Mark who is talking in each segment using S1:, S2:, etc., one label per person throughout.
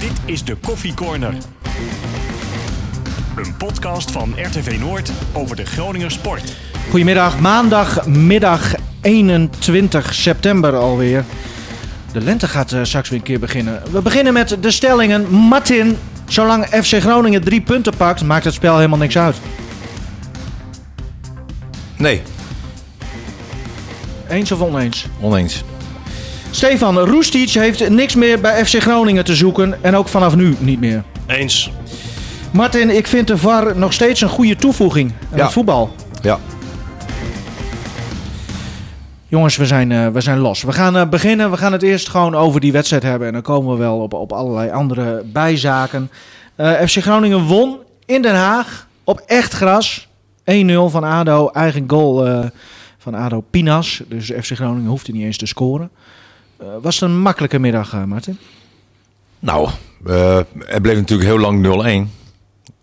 S1: Dit is de Koffie Corner. Een podcast van RTV Noord over de Groninger sport.
S2: Goedemiddag, maandagmiddag 21 september alweer. De lente gaat eh, straks weer een keer beginnen. We beginnen met de stellingen. Martin, zolang FC Groningen drie punten pakt, maakt het spel helemaal niks uit.
S3: Nee,
S2: Eens of oneens?
S3: oneens.
S2: Stefan, Roestic heeft niks meer bij FC Groningen te zoeken en ook vanaf nu niet meer.
S1: Eens.
S2: Martin, ik vind de VAR nog steeds een goede toevoeging aan
S3: Ja.
S2: het voetbal.
S3: Ja,
S2: Jongens, we zijn, eh, we zijn los. We gaan eh, beginnen. We gaan het eerst gewoon over die wedstrijd hebben. En dan komen we wel op, op allerlei andere bijzaken. Eh, FC Groningen won in Den Haag op echt gras. 1-0 van ADO. Eigen goal eh, van ADO Pinas. Dus FC Groningen hoefde niet eens te scoren. Eh, was het een makkelijke middag, eh, Martin?
S3: nou, eh, het bleef natuurlijk heel lang 0-1.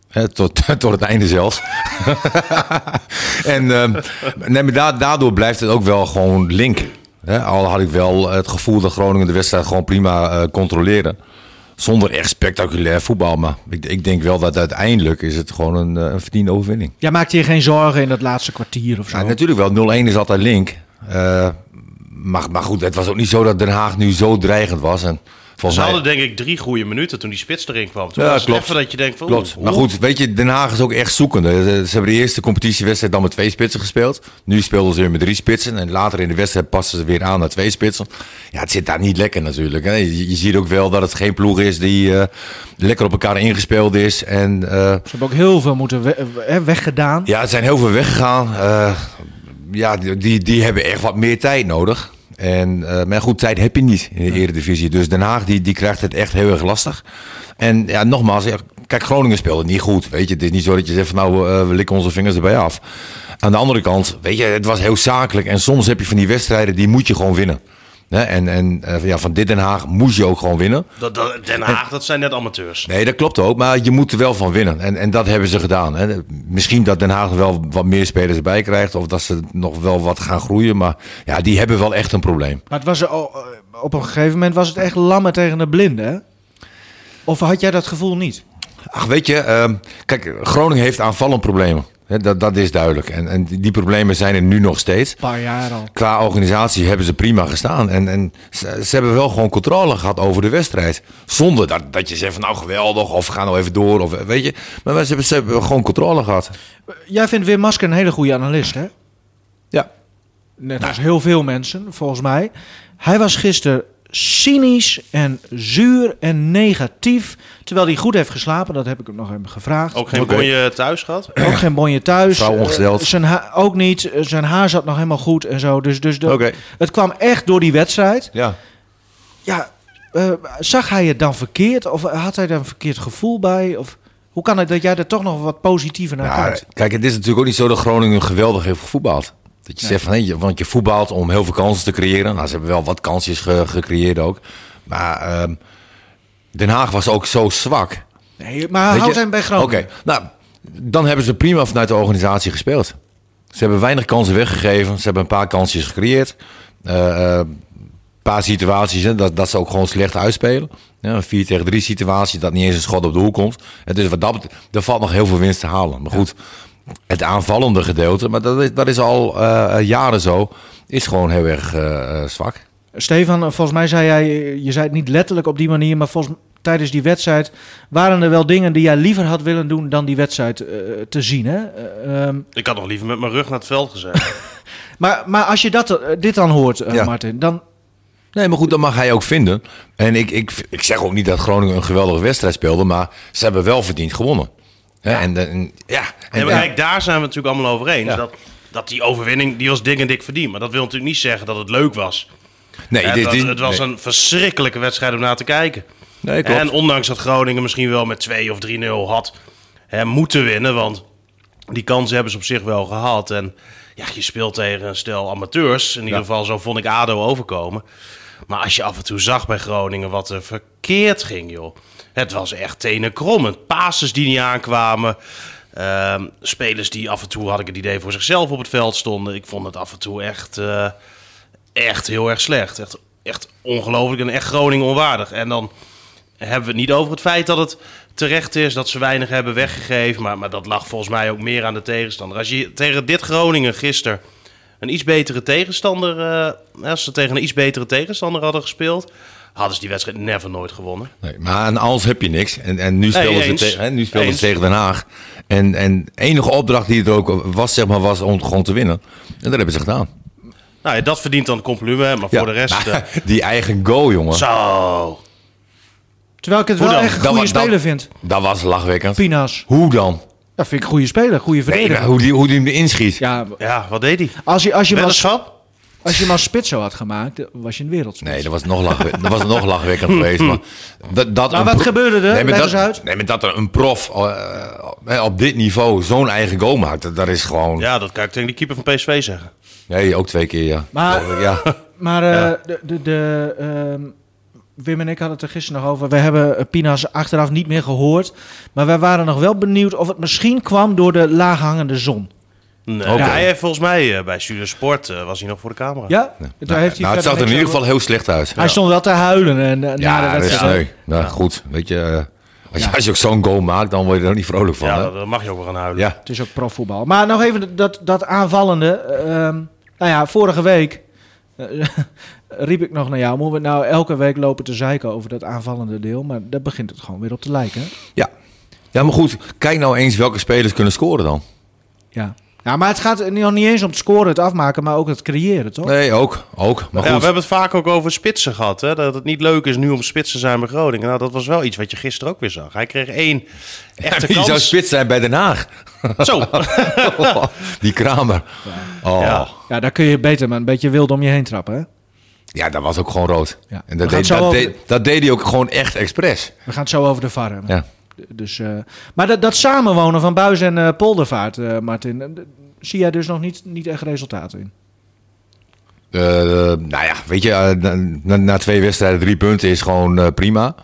S3: Hè, tot, tot het einde zelfs. en ehm, nee, maar da- daardoor blijft het ook wel gewoon link. Hè, al had ik wel het gevoel dat Groningen de wedstrijd gewoon prima eh, controleerde. Zonder echt spectaculair voetbal. Maar ik, ik denk wel dat uiteindelijk is het gewoon een, eh, een verdiende overwinning.
S2: Jij maakte je geen zorgen in dat laatste kwartier of zo.
S3: Ja, natuurlijk wel. 0-1 is altijd link. Eh, maar, maar goed, het was ook niet zo dat Den Haag nu zo dreigend was. En volgens
S4: Ze
S3: mij...
S4: hadden denk ik drie goede minuten toen die spits erin kwam. Toen
S3: Ja,
S4: was het
S3: klopt.
S4: Even dat je denkt van,
S3: Klopt.
S4: oeh,
S3: Maar
S4: oeh.
S3: goed, weet je, Den Haag is ook echt zoekende. Ze hebben de eerste competitiewedstrijd dan met twee spitsen gespeeld. Nu speelden ze weer met drie spitsen. En later in de wedstrijd passen ze weer aan naar twee spitsen. Ja, het zit daar niet lekker natuurlijk. hè. Je, je ziet ook wel dat het geen ploeg is die eh, lekker op elkaar ingespeeld is. En eh,
S2: Ze hebben ook heel veel moeten we- eh, weggedaan.
S3: ja, er zijn heel veel weggegaan. Eh, ja, die, die hebben echt wat meer tijd nodig. En, eh, maar goed, tijd heb je niet in de Eredivisie. Dus Den Haag die, die krijgt het echt heel erg lastig. En ja, nogmaals, ja, kijk, Groningen speelde niet goed. Weet je, het is niet zo dat je zegt van nou, eh, we likken onze vingers erbij af. Aan de andere kant, weet je, het was heel zakelijk. En soms heb je van die wedstrijden, die moet je gewoon winnen. Hè? En, en eh, ja, van dit Den Haag moest je ook gewoon winnen.
S4: Dat, dat- Den Haag, dat zijn net amateurs.
S3: Nee, dat klopt ook. Maar je moet er wel van winnen. En, en dat hebben ze gedaan. Hè. Misschien dat Den Haag wel wat meer spelers erbij krijgt. Of dat ze nog wel wat gaan groeien. Maar ja, die hebben wel echt een probleem.
S2: Maar het was, oh, eh, op een gegeven moment was het echt lammen tegen de blinden, hè? Of had jij dat gevoel niet?
S3: Ach, weet je. ehm, kijk, Groningen heeft aanvallend problemen. Hè, dat, dat is duidelijk. En, en die problemen zijn er nu nog steeds.
S2: Een paar jaar al.
S3: Qua organisatie hebben ze prima gestaan. En, en ze, ze hebben wel gewoon controle gehad over de wedstrijd. Zonder dat, dat je zegt van nou geweldig. Of we gaan nou even door. Of, weet je. Maar ze hebben, ze hebben gewoon controle gehad.
S2: Jij vindt Wim Masker een hele goede analist, hè?
S3: Ja.
S2: Net als heel veel mensen, volgens mij. Hij was gisteren cynisch en zuur en negatief. Terwijl hij goed heeft geslapen, dat heb ik hem nog even gevraagd.
S4: Ook geen
S3: Oké.
S4: bonje thuis gehad.
S2: Ook geen bonje thuis.
S3: Vrouw ongesteld.
S2: Eh, zijn haar ook niet. Eh, Zijn haar zat nog helemaal goed en zo. Dus, dus dat,
S3: Oké.
S2: het kwam echt door die wedstrijd.
S3: Ja.
S2: Ja, eh, zag hij het dan verkeerd? Of had hij daar een verkeerd gevoel bij? Of hoe kan het dat jij er toch nog wat positiever naar
S3: Ja,
S2: kijkt?
S3: Nou, kijk, het is natuurlijk ook niet zo dat Groningen geweldig heeft gevoetbald. Dat je zegt van, hé, je- want je voetbalt om heel veel kansen te creëren. Nou, ze hebben wel wat kansjes ge- gecreëerd ook. Maar ehm, Den Haag was ook zo zwak.
S2: Nee, maar
S3: Weet
S2: houd
S3: je-
S2: hem bij Groningen.
S3: Oké, nou, dan hebben ze prima vanuit de organisatie gespeeld. Ze hebben weinig kansen weggegeven. Ze hebben een paar kansjes gecreëerd. Eh, eh, Een paar situaties hè, dat, dat ze ook gewoon slecht uitspelen. Ja, een 4 tegen 3 situatie dat niet eens een schot op de hoek komt. En dus wat dat betreft, er valt nog heel veel winst te halen. Maar goed, het aanvallende gedeelte, maar dat is, dat is al eh, jaren zo, is gewoon heel erg eh, eh, zwak.
S2: Stefan, volgens mij zei jij, je zei het niet letterlijk op die manier, maar volgens, tijdens die wedstrijd waren er wel dingen die jij liever had willen doen dan die wedstrijd eh, te zien. Hè? Eh, ehm,
S4: Ik had nog liever met mijn rug naar het veld gezet.
S2: maar, maar als je dat, eh, dit dan hoort, eh,
S3: Ja.
S2: Martin, dan
S3: Nee, maar goed, dat mag hij ook vinden. En ik, ik, ik zeg ook niet dat Groningen een geweldige wedstrijd speelde, maar ze hebben wel verdiend gewonnen. Hè, En, eh, en- ja, en, eh,
S4: En kijk, daar zijn we het natuurlijk allemaal over eens.
S3: Ja.
S4: Dat, dat die overwinning, die was dik en dik verdiend. Maar dat wil natuurlijk niet zeggen dat het leuk was.
S3: nee,
S4: het,
S3: dit-
S4: was
S3: dit-
S4: het was
S3: nee.
S4: een verschrikkelijke wedstrijd om naar te kijken.
S3: Nee, klopt.
S4: En ondanks dat Groningen misschien wel met 2 of 3-0 had hè, moeten winnen. Want die kansen hebben ze op zich wel gehad. En ja, je speelt tegen een stel amateurs. In ieder geval, zo vond ik ADO overkomen. Maar als je af en toe zag bij Groningen wat er verkeerd ging, joh. Het was echt tenenkrommend. Passes die niet aankwamen. Ehm, spelers die af en toe, had ik het idee, voor zichzelf op het veld stonden. Ik vond het af en toe echt, eh, echt heel erg slecht. Echt, echt ongelooflijk en echt Groningen onwaardig. En dan hebben we het niet over het feit dat het terecht is, dat ze weinig hebben weggegeven. Maar, maar dat lag volgens mij ook meer aan de tegenstander. Als je tegen dit Groningen gisteren een iets betere tegenstander, eh, als ze tegen een iets betere tegenstander hadden gespeeld, hadden ze die wedstrijd never nooit gewonnen.
S3: Nee, maar aan als heb je niks. En, en nu speelden,
S4: eens.
S3: ze, te- hè, nu speelden ze
S4: Eens.
S3: tegen Den Haag. En, en enige opdracht die er ook was, zeg maar, was om gewoon te winnen. En dat hebben ze gedaan.
S4: Nou ja, dat verdient dan een compliment, maar voor de rest... eh,
S3: die eigen goal, jongen.
S4: zo.
S2: Terwijl ik het
S4: Hoe
S2: wel
S4: dan?
S2: echt een
S3: Dat
S2: goede
S3: wa- dat-
S2: speler vind.
S3: Dat was lachwekkend.
S2: Pina's.
S3: Hoe dan?
S2: Dat vind ik een goede speler, goede
S3: Nee, maar
S2: verdediger.
S3: hoe, die, hoe die hem erin schiet.
S2: Ja,
S4: Ja, wat deed hij?
S2: als je, als je, hem als,
S4: Weddenschap?
S2: als je hem als spits zo had gemaakt, eh, was je een wereldspits.
S3: Nee, dat was nog, lachwe- dat was nog lachwekkend geweest. Maar, dat, dat
S2: Maar
S3: een
S2: wat
S3: pro-
S2: gebeurde er?
S3: Nee, maar
S2: Leg
S3: dat,
S2: eens uit.
S3: Nee, maar dat er een prof eh, eh, op dit niveau zo'n eigen goal maakt, dat, dat is gewoon...
S4: Ja, dat kan ik tegen die keeper van PSV zeggen.
S3: Nee, ook twee keer, ja.
S2: Maar-
S3: Eh, ja.
S2: Maar eh, de, de, de, ehm, Wim en ik hadden het er gisteren nog over. We hebben eh, Pina's achteraf niet meer gehoord. Maar wij waren nog wel benieuwd of het misschien kwam door de laaghangende zon.
S4: Nee,
S3: Oké.
S4: hij heeft volgens mij eh, bij Studio Sport eh, was hij nog voor de camera.
S2: Ja? Daar
S3: Nou,
S2: heeft hij
S3: nou, het
S2: verder
S3: zag er in
S2: niks
S3: ieder
S2: over.
S3: geval heel slecht uit.
S2: Hij stond wel te huilen en, eh, na de
S3: Ja, dat is
S2: wedstrijd.
S3: sneu. Nou, goed. Weet je, eh, als, je als je ook zo'n goal maakt, dan word je er ook niet vrolijk van.
S4: Ja,
S3: hè?
S4: dat, dat mag je ook wel gaan huilen.
S3: ja.
S2: Het is ook profvoetbal. Maar nog even dat, dat aanvallende. ehm, nou ja, vorige week eh, riep ik nog naar jou. Moeten we nou elke week lopen te zeiken over dat aanvallende deel? Maar daar begint het gewoon weer op te lijken. hè?
S3: ja. Ja, maar goed. Kijk nou eens welke spelers kunnen scoren dan.
S2: Ja. ja, maar het gaat nog niet eens om het scoren, het afmaken, maar ook het creëren, toch?
S3: Nee, ook. Ook. Maar
S4: Ja,
S3: goed.
S4: we hebben het vaak ook over spitsen gehad. Hè? Dat het niet leuk is nu om spits te zijn bij Groningen. Nou, dat was wel iets wat je gisteren ook weer zag. Hij kreeg één echte
S3: Die zou Oh.
S4: kans.
S3: spits zijn bij Den Haag.
S4: Zo.
S3: Die Kramer. Oh.
S4: Ja.
S3: Ja.
S2: Ja, daar kun je beter maar een beetje wild om je heen trappen. Hè?
S3: dat was ook gewoon rood.
S2: Ja.
S3: En
S2: We
S3: dat
S2: gaan
S3: deed,
S2: zo
S3: dat,
S2: over-
S3: deed, dat deed hij ook gewoon echt expres.
S2: We gaan het zo over de VAR hebben.
S3: Ja.
S2: Dus, eh, maar dat, dat samenwonen van Buis en eh, Poldervaart, eh, Martin, eh, d- zie jij dus nog niet, niet echt resultaten in?
S3: Eh, nou ja, weet je, eh, na, na- na twee wedstrijden drie punten is gewoon eh, prima.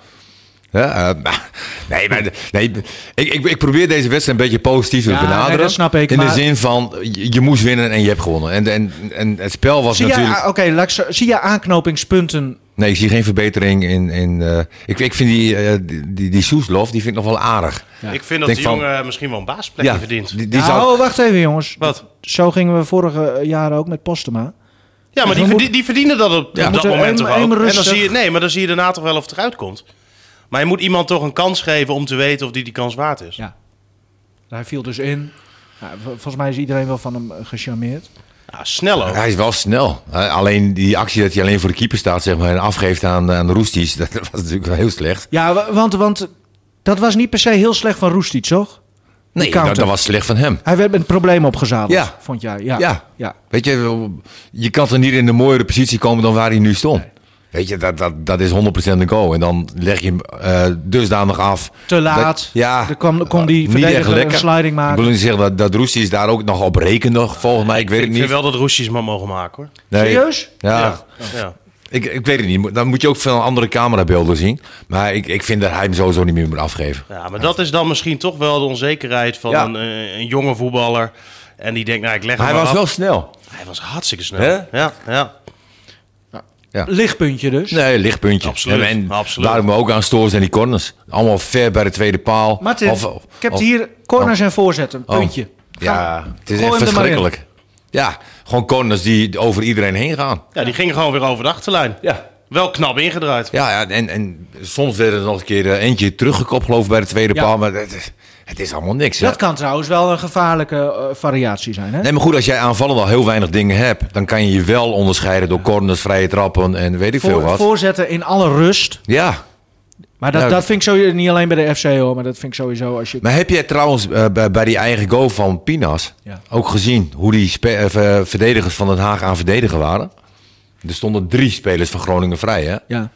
S3: Ja, eh, maar- nee, maar, nee ik, ik, ik probeer deze wedstrijd een beetje positief te
S2: Ja, nee,
S3: benaderen.
S2: dat snap ik,
S3: In
S2: maar-
S3: de zin van, je, je moest winnen en je hebt gewonnen. En, en, en het spel was
S2: Zie,
S3: natuurlijk...
S2: jij, ah, oké, laat ik zo- zie jij aanknopingspunten?
S3: Nee, ik zie geen verbetering in... in eh, ik, ik vind die, eh, die, die, die Soeslof, die vind ik nog wel aardig.
S4: Ik vind dat
S3: Denk
S4: die
S3: van-
S4: jongen misschien wel een baasplekje verdient.
S3: die, die
S2: Ja,
S3: zou...
S2: Oh, wacht even jongens.
S4: Wat?
S2: Zo gingen we vorige eh, jaren ook met Postema.
S4: Ja, maar die,
S2: moet-
S4: verdi- die verdienen dat op, op dat
S2: moeten
S4: moment
S2: hem-
S4: toch ook.
S2: hem
S4: En dan
S2: rustig-
S4: zie je, nee, maar dan zie je daarna toch wel of het eruit komt. Maar je moet iemand toch een kans geven om te weten of die die kans waard is.
S2: Ja. Hij viel dus in. Ja, vol- volgens mij is iedereen wel van hem eh, gecharmeerd.
S4: Ja, snel ook.
S3: Oh. Hij is wel snel. Eh, alleen die actie dat hij alleen voor de keeper staat zeg maar, en afgeeft aan, aan Roesties, dat was natuurlijk wel heel slecht.
S2: Ja, wa- want, want dat was niet per se heel slecht van Roestic, toch?
S3: Nee,
S2: counter.
S3: dat, dat was slecht van hem.
S2: Hij werd met een probleem opgezadeld,
S3: Ja.
S2: vond jij? Ja.
S3: Ja.
S2: ja.
S3: Weet je, je kan toch niet in een mooiere positie komen dan waar hij nu stond. Weet je, dat, dat, dat is 100% een goal. En dan leg je hem eh, dusdanig af.
S2: Te laat.
S3: Dat- ja,
S2: Er kwam- kon die
S3: niet
S2: verdediger
S3: echt lekker.
S2: een sliding maken.
S3: Ik wil niet zeggen dat, dat Roestie is daar ook nog op rekenen, volgens mij. Ik weet
S4: Ik
S3: het
S4: vind
S3: niet.
S4: wel dat Roesjes maar mogen maken hoor.
S3: Nee.
S2: Serieus?
S3: Ja,
S4: ja.
S3: Ik, ik weet het niet. Dan moet je ook veel andere camerabeelden zien. Maar ik, ik vind dat hij hem sowieso niet meer moet afgeven.
S4: Ja, maar dat is dan misschien toch wel de onzekerheid van
S3: Ja.
S4: een, eh, een jonge voetballer. En die denkt, nou, ik leg hem
S3: hij
S4: maar
S3: was
S4: af.
S3: wel snel.
S4: Hij was hartstikke snel.
S3: Hè?
S4: Ja, ja.
S3: Ja.
S2: Lichtpuntje dus.
S3: Nee, lichtpuntje.
S4: Absoluut,
S3: En, en
S4: absoluut.
S3: waar ik me ook aan stoor zijn die corners. Allemaal ver bij de tweede paal.
S2: Martin,
S3: Of- of-
S2: ik heb het hier corners en voorzetten.
S3: Oh.
S2: Puntje.
S3: Ja,
S2: Ga-
S3: het is
S2: gooi
S3: echt
S2: hem er maar in.
S3: verschrikkelijk. Ja, gewoon corners die over iedereen heen gaan.
S4: ja, die ging gewoon weer over de achterlijn.
S3: Ja.
S4: Wel knap ingedraaid.
S3: Ja, ja en, en soms werd er nog een keer eh, eentje teruggekopt, geloof ik, bij de tweede
S2: Ja.
S3: paal. Maar het, is- het is allemaal niks. hè.
S2: Dat kan trouwens wel een gevaarlijke eh, variatie zijn. Hè?
S3: Nee, maar goed, als jij aanvallend al heel weinig dingen hebt, dan kan je je wel onderscheiden door corners, vrije trappen en weet ik veel
S2: Voor-
S3: wat. Nou,
S2: voorzetten in alle rust.
S3: Ja,
S2: Maar dat,
S3: Ja.
S2: dat vind ik sowieso niet alleen bij de FC hoor, maar dat vind ik sowieso als je.
S3: maar heb jij trouwens eh, bij, bij die eigen goal van Pinas
S2: Ja.
S3: ook gezien hoe die spe- eh, ver- verdedigers van Den Haag aan verdedigen waren? Er stonden drie spelers van Groningen vrij, hè?
S2: Ja.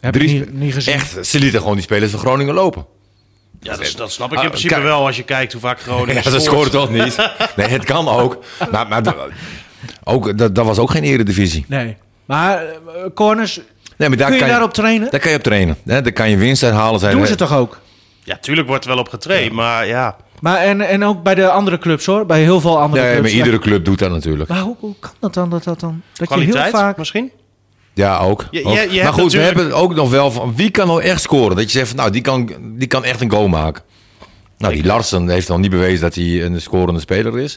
S2: Heb
S3: Drie
S2: ik
S3: spe-
S2: niet, niet gezien.
S3: Echt, ze lieten gewoon die spelers van Groningen lopen.
S4: Ja, dat, dat snap ik
S3: Ah,
S4: in principe
S3: kijk.
S4: wel als je kijkt hoe vaak Groningen
S3: Ja, dat scoort toch niet? Nee, het kan ook. Maar, maar d- ook, dat, dat was ook geen eredivisie.
S2: Nee. Maar eh, corners,
S3: Nee, maar daar
S2: kun je
S3: kan
S2: daarop trainen?
S3: Daar kan je op trainen. Hè? Daar kan je winst uithalen. Zijn
S2: Doen ze toch ook?
S4: Ja, tuurlijk wordt er wel op getraind, maar ja.
S2: Maar en, en ook bij de andere clubs hoor, bij heel veel andere
S3: Nee,
S2: clubs.
S3: maar iedere club doet dat natuurlijk.
S2: Maar hoe, hoe kan dat dan dat dat dan dat je heel
S4: Kwaliteit
S2: vaak
S4: misschien?
S3: Ja, ook.
S4: Je- je-
S3: ook.
S4: je
S3: maar
S4: hebt
S3: goed, we
S4: natuurlijk-
S3: hebben ook nog wel van wie kan nou echt scoren? Dat je zegt, van, nou, die kan, die kan echt een goal maken. Nou, die Larsen heeft nog niet bewezen dat hij een scorende speler is.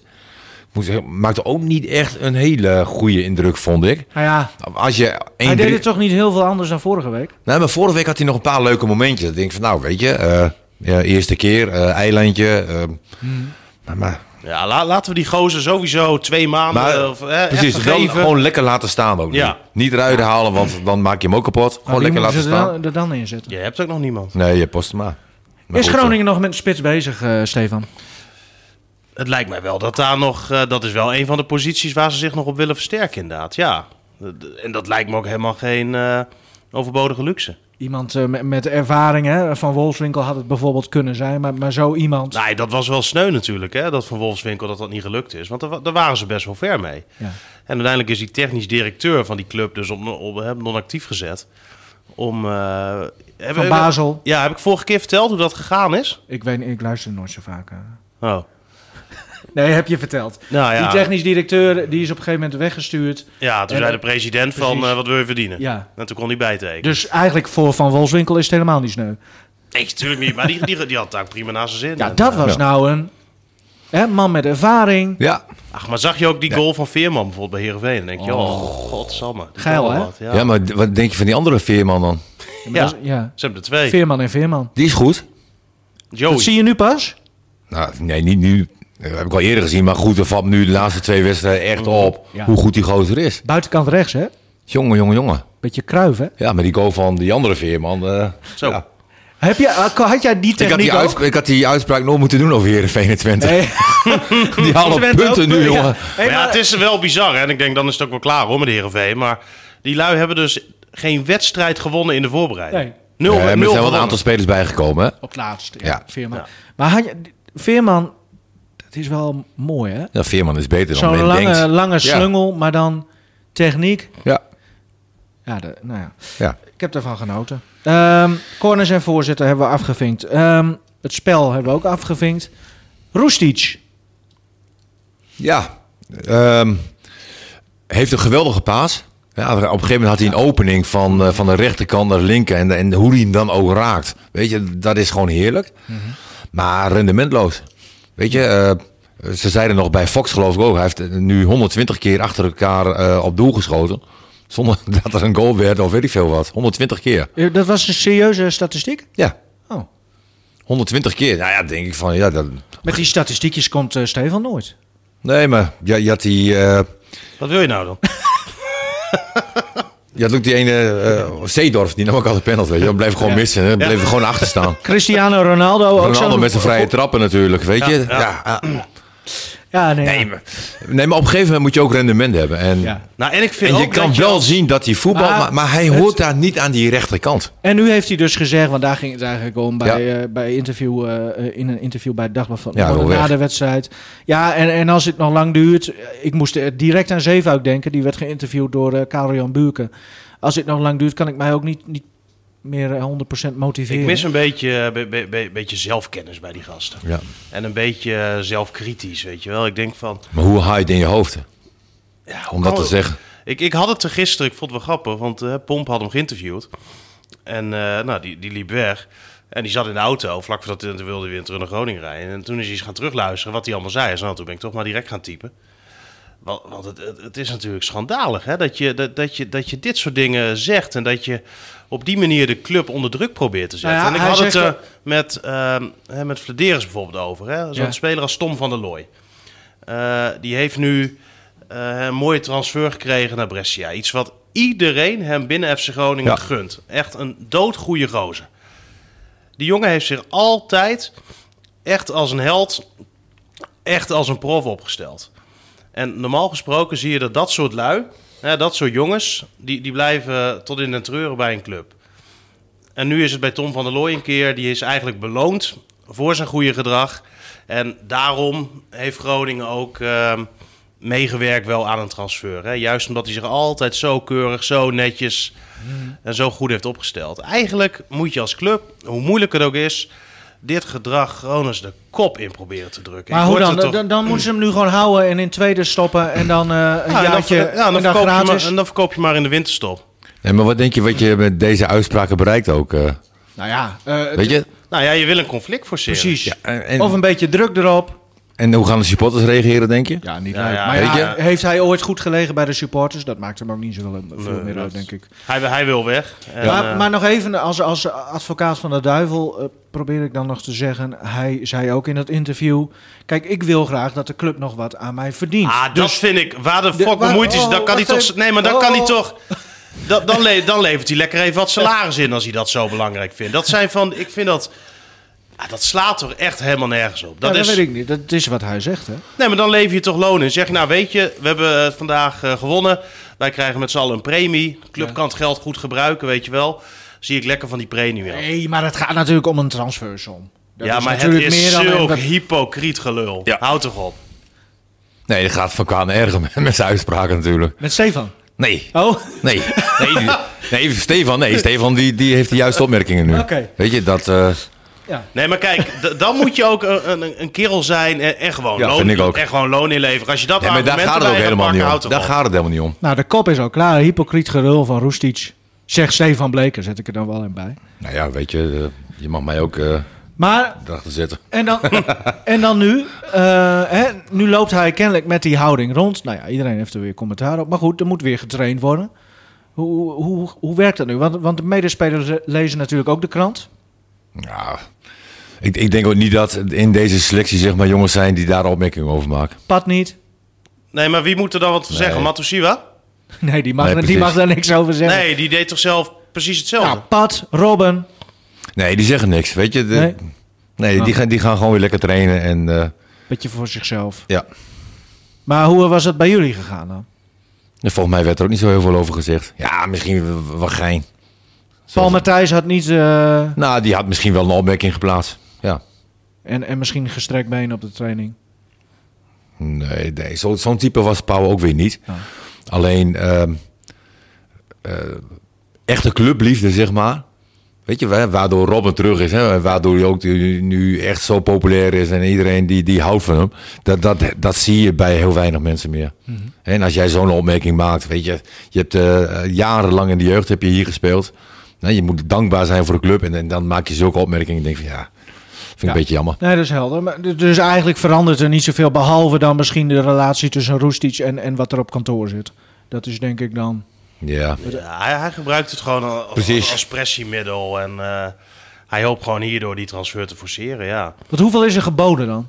S3: Ik moet zeggen, maakte ook niet echt een hele goede indruk, vond ik.
S2: Nou ja,
S3: Als je één
S2: hij deed
S3: drie-
S2: het toch niet heel veel anders dan vorige week?
S3: Nee, maar vorige week had hij nog een paar leuke momentjes. Dan denk ik van, nou, weet je, eh, ja, eerste keer, eh, eilandje. eh,
S4: Hmm.
S3: Maar, maar,
S4: Ja, la- laten we die gozer sowieso twee maanden
S3: maar
S4: of, eh,
S3: precies,
S4: echt
S3: wel
S4: geven.
S3: gewoon lekker laten staan ook.
S4: Ja.
S3: Niet eruit halen, want dan maak je hem ook kapot. Gewoon
S2: Maar wie
S3: lekker laten
S2: Nou, moeten ze
S3: staan.
S2: er dan- er dan in zetten.
S4: Je hebt ook nog niemand.
S3: Nee, je post hem maar. Maar
S2: Is
S3: goed,
S2: Groningen nog met een spits bezig, eh, Stefan?
S4: Het lijkt mij wel dat daar nog... eh, dat is wel een van de posities waar ze zich nog op willen versterken inderdaad. Ja. En dat lijkt me ook helemaal geen eh, overbodige luxe.
S2: Iemand eh, met, met ervaring, hè? Van Wolfswinkel had het bijvoorbeeld kunnen zijn, maar, maar zo iemand.
S3: Nou.
S4: Nee, dat was wel sneu natuurlijk, hè, dat van Wolfswinkel dat dat niet gelukt is. Want daar, wa- daar waren ze best wel ver mee.
S2: Ja.
S4: En uiteindelijk is die technisch directeur van die club dus op, op, hè, non-actief gezet. Om, eh, heb-
S2: Van
S4: heb-
S2: Basel.
S4: Ja, heb ik vorige keer verteld hoe dat gegaan is?
S2: Ik, weet, niet, ik luister nooit zo vaak. eh.
S4: Oh,
S2: Nee, heb je verteld.
S4: nou ja.
S2: Die technisch directeur die is op een gegeven moment weggestuurd.
S4: ja, toen
S2: En
S4: zei de
S2: dat-
S4: president van,
S2: precies.
S4: eh, wat wil je verdienen?
S2: Ja.
S4: En toen kon hij bijtekenen.
S2: Dus eigenlijk voor Van Wolfswinkel is het helemaal niet sneu.
S4: Nee, natuurlijk niet. Maar die, die, die had daar prima naar zijn zin.
S2: Ja,
S4: En,
S2: dat
S4: eh,
S2: was
S3: Ja.
S2: nou een hè, man met ervaring.
S3: eh, Ja,
S4: Ach, maar zag je ook die goal van Veerman bijvoorbeeld bij Heerenveen? Dan denk je, oh, godsamme. die
S2: Geil,
S4: kan wel
S2: hè?
S4: wat,
S3: ja.
S4: Ja.
S3: maar d- wat denk je van die andere veerman dan?
S4: Ja.
S2: Dat is- ja.
S4: Ze hebben er twee.
S2: Veerman en Veerman.
S3: Die is goed.
S4: Joey.
S2: Dat zie je nu pas?
S3: Nou, nee, niet nu. Dat heb ik al eerder gezien. Maar goed, er valt nu de laatste twee wedstrijden echt op
S2: Mhm. Ja.
S3: hoe goed die gozer is.
S2: Buitenkant rechts, hè?
S3: Jongen, jongen, jongen.
S2: Beetje kruif, hè?
S3: Ja, maar die goal van die andere veerman. eh,
S4: Zo.
S3: ja.
S2: Heb je, had jij die
S3: ik, had
S2: techniek
S3: die uitsp-
S2: ook?
S3: ik had die uitspraak nooit moeten doen over Heerenveen en Twente.
S2: Nee.
S3: Die halen
S2: Twente
S3: punten
S2: ook.
S3: nu,
S2: Ja.
S3: jongen.
S2: Hey,
S4: maar ja,
S2: maar-
S4: het is wel bizar. Hè? En ik denk, dan is het ook wel klaar hoor, met de Heerenveen. Maar die lui hebben dus geen wedstrijd gewonnen in de voorbereiding.
S2: Nee.
S4: Nul,
S3: Eh, maar er
S4: nul
S3: zijn wel
S4: gewonnen.
S3: een aantal spelers bijgekomen. hè?
S2: Op het laatst, ja.
S3: Ja.
S2: Veerman.
S4: Ja.
S2: Maar had je, Veerman, dat is wel mooi, hè?
S3: Ja, Veerman is beter dan
S2: Zo'n
S3: men
S2: lange,
S3: denkt.
S2: lange
S3: Ja.
S2: slungel, maar dan techniek.
S3: Ja,
S2: Ja, de- nou ja.
S3: ja.
S2: Ik heb daarvan genoten. Ehm, corners en voorzitter hebben we afgevinkt. Ehm, het spel hebben we ook afgevinkt. Roestic.
S3: Ja, ehm, heeft een geweldige paas. Ja, op een gegeven moment had hij een opening van, eh, van de rechterkant naar de linker. En, en hoe hij hem dan ook raakt. Weet je, dat is gewoon heerlijk. Maar rendementloos. Weet je, eh, ze zeiden nog bij Fox geloof ik ook. Hij heeft nu 120 keer achter elkaar eh, op doel geschoten. Zonder dat er een goal werd of weet ik veel wat. 120 keer.
S2: Eh, Dat was een serieuze statistiek.
S3: Ja,
S2: Oh.
S3: 120 keer. Nou ja, denk ik van, ja, dat...
S2: Met die statistiekjes komt eh, Stefan nooit.
S3: Nee, maar je, je had die... eh,
S4: Wat wil je nou dan?
S3: Ja, het ook die ene eh Zeedorf, die nam ook altijd penalty. Weet je. wel. Bleef gewoon missen. Hè. Bleef er gewoon achter staan.
S2: Cristiano Ronaldo ook
S3: Ronaldo
S2: zo'n-
S3: met zijn vrije trappen natuurlijk, weet je. Ja, ah,
S2: Ja, nee.
S3: nee, maar, nee, maar op een gegeven moment moet je ook rendement hebben. En,
S2: Ja.
S4: Nou, en ik vind
S3: en je
S4: ook
S3: kan
S4: dat
S3: wel zien dat hij voetbal...
S2: Maar-
S3: Maar, maar hij
S2: het-
S3: hoort daar niet aan die rechterkant.
S2: En nu heeft hij dus gezegd, want daar ging het eigenlijk om bij,
S3: Ja.
S2: eh, bij interview, eh, eh, in een interview bij het Dagblad van
S3: Ja,
S2: Noorden
S3: wel
S2: na
S3: weg.
S2: de wedstrijd. Ja, en, en als het nog lang duurt, eh, ik moest er direct aan Zeefuik denken, die werd geïnterviewd door eh Karel Jan Buurken. Als het nog lang duurt, kan ik mij ook niet, niet meer eh, 100% motiveren.
S4: Ik mis een beetje, be- be- be- beetje zelfkennis bij die gasten.
S3: Ja.
S4: En een beetje eh, zelfkritisch, weet je wel. Ik denk van...
S3: Maar hoe haal je het in je hoofd?
S4: Ja,
S3: Om dat te zeggen.
S4: Ik, ik had het er gisteren, ik vond het wel grappig, want eh, Pomp had hem geïnterviewd. En eh, nou, die, die liep weg. En die zat in de auto, vlak voordat hij toen wilde hij weer terug naar Groningen rijden. En toen is hij eens gaan terugluisteren wat hij allemaal zei. Hij zei, nou, toen ben ik toch maar direct gaan typen. Want, want het, het, het is natuurlijk schandalig hè? Dat, je, dat, dat, je, dat je dit soort dingen zegt. En dat je op die manier de club onder druk probeert te zetten.
S2: Nou ja,
S4: en ik
S2: hij
S4: had het
S2: zegt
S4: eh,
S2: dat-
S4: met, ehm, hè, met Vladeris bijvoorbeeld over. hè. Zo'n
S2: Ja.
S4: speler als Tom van der Looy. Eh, die heeft nu eh, een mooie transfer gekregen naar Brescia. Iets wat iedereen hem binnen FC Groningen
S3: Ja.
S4: gunt. Echt een doodgoeie gozer. Die jongen heeft zich altijd echt als een held, echt als een prof opgesteld. En normaal gesproken zie je dat dat soort lui, hè, dat soort jongens, die, die blijven tot in den treuren bij een club. En nu is het bij Tom van der Looy een keer, die is eigenlijk beloond voor zijn goede gedrag. En daarom heeft Groningen ook ehm, meegewerkt wel aan een transfer. Hè? Juist omdat hij zich altijd zo keurig, zo netjes en zo goed heeft opgesteld. Eigenlijk moet je als club, hoe moeilijk het ook is, dit gedrag Gronings de kop in proberen te drukken.
S2: maar
S4: Ik
S2: hoe dan?
S4: hoorde het toch-
S2: dan? Dan moeten ze hem nu gewoon houden en in tweede stoppen en dan eh, een
S4: Ja, Nou, en dan
S2: jaartje
S4: ver- ja, en dan
S2: en dan
S4: verkoop je
S2: gratis.
S4: maar- en dan verkoop je maar in de winterstop.
S3: Nee, maar wat denk je wat je met deze uitspraken bereikt ook? eh?
S2: Nou ja, eh,
S3: weet je?
S4: Nou ja, je wil een conflict forceren.
S2: precies.
S3: en, en-
S2: Of een beetje druk erop.
S3: en hoe gaan de supporters reageren, denk je?
S2: Ja, niet
S4: Ja,
S2: leuk.
S4: ja.
S2: maar ja, eh,
S3: Weet
S2: heeft hij ooit goed gelegen bij de supporters? Dat maakt hem ook niet zoveel veel
S4: Nee,
S2: meer
S4: dat-
S2: uit, denk ik.
S4: Hij, hij wil weg. En,
S2: maar,
S4: eh,
S2: maar nog even, als, als advocaat van de duivel eh, probeer ik dan nog te zeggen... hij zei ook in dat interview... kijk, ik wil graag dat de club nog wat aan mij verdient.
S4: Ah, dat vind ik. Waar de
S2: Dus- De-
S4: fuck
S2: waar-
S4: bemoeit is,
S2: oh,
S4: dan kan hij
S2: wacht
S4: toch.
S2: even.
S4: Nee, maar dan kan hij
S2: Oh.
S4: toch. Dan, dan, le- dan levert hij lekker even wat salaris in als hij dat zo belangrijk vindt. Dat zijn van. Ik vind dat. ah, dat slaat toch echt helemaal nergens op.
S2: Ja,
S4: Dat
S2: dat
S4: is,
S2: weet ik niet. Dat is wat hij zegt, hè?
S4: nee, maar dan lever je toch loon in. Zeg je, nou, weet je, we hebben eh, vandaag eh, gewonnen. Wij krijgen met z'n allen een premie. De club kan het geld goed gebruiken, weet je wel. Zie ik lekker van die premie af.
S2: Nee, maar het gaat natuurlijk om een transfersom. Dat
S3: dus
S4: ja,
S2: is
S4: maar het
S2: natuurlijk
S4: is
S2: meer dan een-
S4: zulk
S2: wat-
S4: hypocriet gelul.
S3: Ja.
S4: Houd toch op.
S3: Nee, dat gaat van kwaad naar erger met, met zijn uitspraken natuurlijk.
S2: Met Stefan.
S3: Nee,
S2: Oh,
S3: nee, nee, die- nee, Stefan, nee, Stefan die, die heeft de juiste opmerkingen nu.
S2: Oké.
S3: Weet je, dat...
S4: Ah,
S3: eh,
S2: ja.
S4: Nee, maar kijk, d- dan moet je ook een, een, een kerel zijn en, en, gewoon
S3: Ja,
S4: loon,
S3: vind ik ook.
S4: en gewoon loon inleveren. Als je dat
S3: nee, maar daar
S4: argument
S3: gaat het ook
S4: erbij
S3: helemaal
S4: pakken,
S3: niet
S4: houdt
S3: om.
S4: het
S3: Daar
S4: op.
S3: gaat het helemaal niet om.
S2: Nou, de kop is al klaar. Hypocriet gerul van Roestic. Zegt Stefan Bleker, zet ik er dan wel in bij.
S3: Nou ja, weet je, eh, je mag mij ook eh
S2: Maar,
S3: erachter zetten.
S2: en dan, en dan nu. eh, hè, nu loopt hij kennelijk met die houding rond. Nou ja, iedereen heeft er weer commentaar op. Maar goed, er moet weer getraind worden. Hoe, hoe, hoe werkt dat nu? Want, want de medespelers lezen natuurlijk ook de krant.
S3: Nou, ik, ik denk ook niet dat in deze selectie zeg maar jongens zijn die daar opmerkingen over maken.
S2: Pat niet.
S4: Nee, maar wie moet er dan wat voor
S3: Nee.
S4: zeggen? Matusiwa?
S2: Nee, die mag,
S3: Nee,
S2: die
S3: precies.
S2: mag daar niks over zeggen.
S4: Nee, die deed toch zelf precies hetzelfde?
S2: Nou, Pat, Robin.
S3: Nee, die zeggen niks, weet je. De-
S2: Nee. Nou.
S3: nee, die, gaan, die gaan gewoon weer lekker trainen en eh,
S2: Beetje voor zichzelf.
S3: ja.
S2: Maar hoe was het bij jullie gegaan dan?
S3: En Volgens mij werd er ook niet zo heel veel over gezegd. Ja, misschien w- w- wat gein.
S2: Paul Matthijs had niet... eh,
S3: Nou, die had misschien wel een opmerking geplaatst. Ja.
S2: en, en misschien gestrekt been op de training.
S3: Nee, nee. Zo, zo'n type was Pauw ook weer niet.
S2: Ja.
S3: Alleen ehm, eh, echte clubliefde, zeg maar. Weet je, wa- waardoor Robin terug is. Hè, waardoor hij ook nu- nu echt zo populair is. En iedereen die, die houdt van hem. Dat, dat, dat zie je bij heel weinig mensen meer. En als jij zo'n opmerking maakt. Weet je, je hebt eh, jarenlang in de jeugd heb je hier gespeeld. Nou, je moet dankbaar zijn voor de club. En, en dan maak je zulke opmerkingen. Ik denk van ja, vind ik een beetje jammer.
S2: Nee, dat is helder. Maar d- dus eigenlijk verandert er niet zoveel, behalve dan misschien de relatie tussen Roestic en, en wat er op kantoor zit. Dat is denk ik dan.
S3: Ja.
S4: Ja, hij, hij gebruikt het gewoon als,
S3: Precies.
S4: als, als pressiemiddel. En eh, hij hoopt gewoon hierdoor die transfer te forceren, ja.
S2: Want hoeveel is er geboden dan?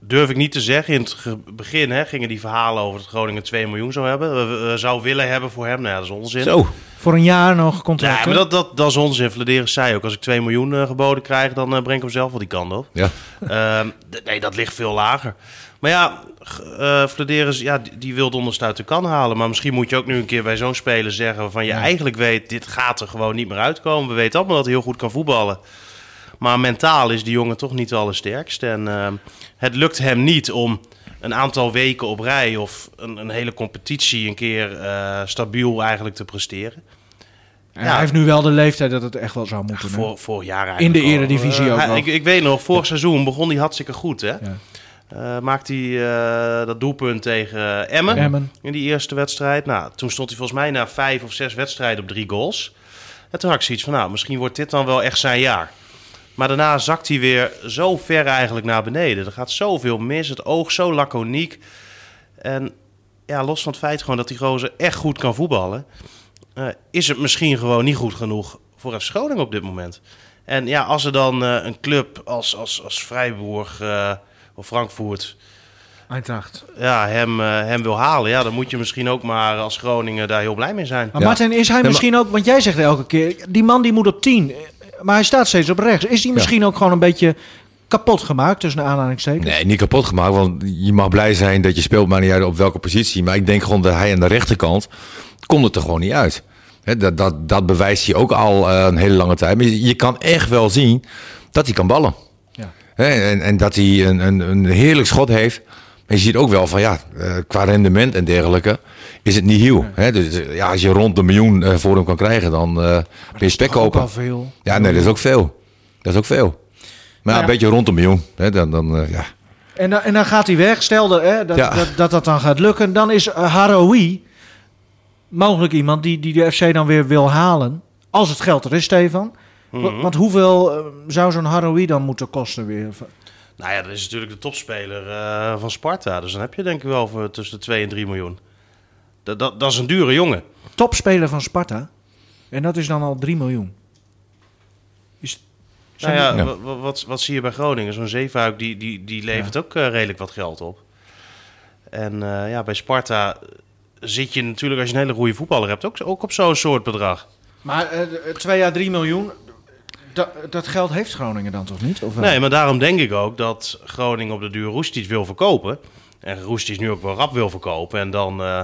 S4: Durf ik niet te zeggen. In het ge- begin hè, gingen die verhalen over dat Groningen 2 miljoen zou hebben. eh, eh, zou willen hebben voor hem. Nou ja, dat is onzin.
S3: Zo.
S2: Voor een jaar nog
S4: Nee,
S2: contract?
S4: maar dat, dat, dat is onzin. Vladeris zei ook, als ik 2 miljoen eh, geboden krijg, dan eh, breng ik hem zelf wel die kant op.
S3: Ja.
S4: Ehm, d- nee, dat ligt veel lager. Maar ja, g- eh Vladeris, ja, die, die wil donders uit de kan halen. Maar misschien moet je ook nu een keer bij zo'n speler zeggen... waarvan je eigenlijk weet, dit gaat er gewoon niet meer uitkomen. We weten allemaal dat hij heel goed kan voetballen. Maar mentaal is die jongen toch niet de allersterkste. En ehm, het lukt hem niet om een aantal weken op rij... of een, een hele competitie een keer eh, stabiel eigenlijk te presteren.
S2: En
S4: ja.
S2: Hij heeft nu wel de leeftijd dat het echt wel zou moeten. hè?
S4: Voor, vorig jaar
S2: In de
S4: eigenlijk al.
S2: eredivisie
S4: Eh,
S2: ook
S4: hij-
S2: nog.
S4: Ik, ik weet nog, vorig seizoen begon hij hartstikke goed. Hè?
S2: Ja.
S4: Eh, maakte hij eh, dat doelpunt tegen eh, Emmen,
S2: Emmen.
S4: in die eerste wedstrijd. Nou, toen stond hij volgens mij na vijf of zes wedstrijden op drie goals. En toen had ik zoiets van, nou, misschien wordt dit dan wel echt zijn jaar. Maar daarna zakt hij weer zo ver eigenlijk naar beneden. Er gaat zoveel mis, het oog zo laconiek. En ja, los van het feit gewoon dat die gozer echt goed kan voetballen... eh, is het misschien gewoon niet goed genoeg voor FC Groningen op dit moment. En ja, als er dan eh, een club als, als, als Freiburg eh, of Frankfurt
S2: Eintracht.
S4: ja, hem, eh, hem wil halen... Ja, dan moet je misschien ook maar als Groningen daar heel blij mee zijn.
S2: Maar
S3: Ja.
S2: Martin, is hij
S3: maar-
S2: misschien ook, want jij zegt elke keer, die man die moet op 10, maar hij staat steeds op rechts. Is hij misschien ook gewoon een beetje kapot gemaakt, tussen aanhalingstekens?
S3: Nee, niet kapot gemaakt. Want je mag blij zijn dat je speelt, maar niet uit op welke positie. Maar ik denk gewoon dat hij aan de rechterkant komt het er gewoon niet uit. Hè, dat, dat, dat bewijst hij ook al eh, een hele lange tijd. Maar je, je kan echt wel zien dat hij kan ballen.
S2: Ja.
S3: Hè, en, en dat hij een, een, een heerlijk schot heeft. Maar je ziet ook wel van ja, eh, qua rendement en dergelijke is het niet heel. Hè? Dus eh, ja, als je rond de miljoen eh, voor hem kan krijgen, dan eh, ben je spek
S2: Toch ook
S3: kopen.
S2: al veel.
S3: Ja, nee, dat is ook veel. Dat is ook veel. Maar ja,
S2: Ja.
S3: een beetje rond de miljoen. Hè? Dan, dan, eh, ja.
S2: En, dan- en dan gaat hij weg. Stel dat hè, dat,
S3: Ja.
S2: dat, dat dat dan gaat lukken. Dan is eh, Haroui mogelijk iemand die, die de FC dan weer wil halen. Als het geld er is, Stefan. Wa-
S4: Mhm.
S2: Want hoeveel eh, zou zo'n Haroui dan moeten kosten weer?
S4: Nou ja, dat is natuurlijk de topspeler eh, van Sparta. Dus dan heb je denk ik wel voor tussen de 2 en 3 miljoen. Dat, dat, dat is een dure jongen.
S2: Topspeler van Sparta. En dat is dan al 3 miljoen. Is,
S4: Nou
S2: zijn
S4: ja,
S3: Ja.
S4: wa- wa- wat, wat zie je bij Groningen? Zo'n Zeefuik die, die, die levert ook eh, redelijk wat geld op. En eh, ja, bij Sparta zit je natuurlijk, als je een hele goede voetballer hebt, ook, ook op zo'n soort bedrag.
S2: die- Maar eh, 2 à 3 miljoen, da- dat geld heeft Groningen dan toch niet? Of wel?
S4: Nee, maar daarom denk ik ook dat Groningen op de duur Roestic wil verkopen. En Roestic nu ook wel rap wil verkopen. En dan eh,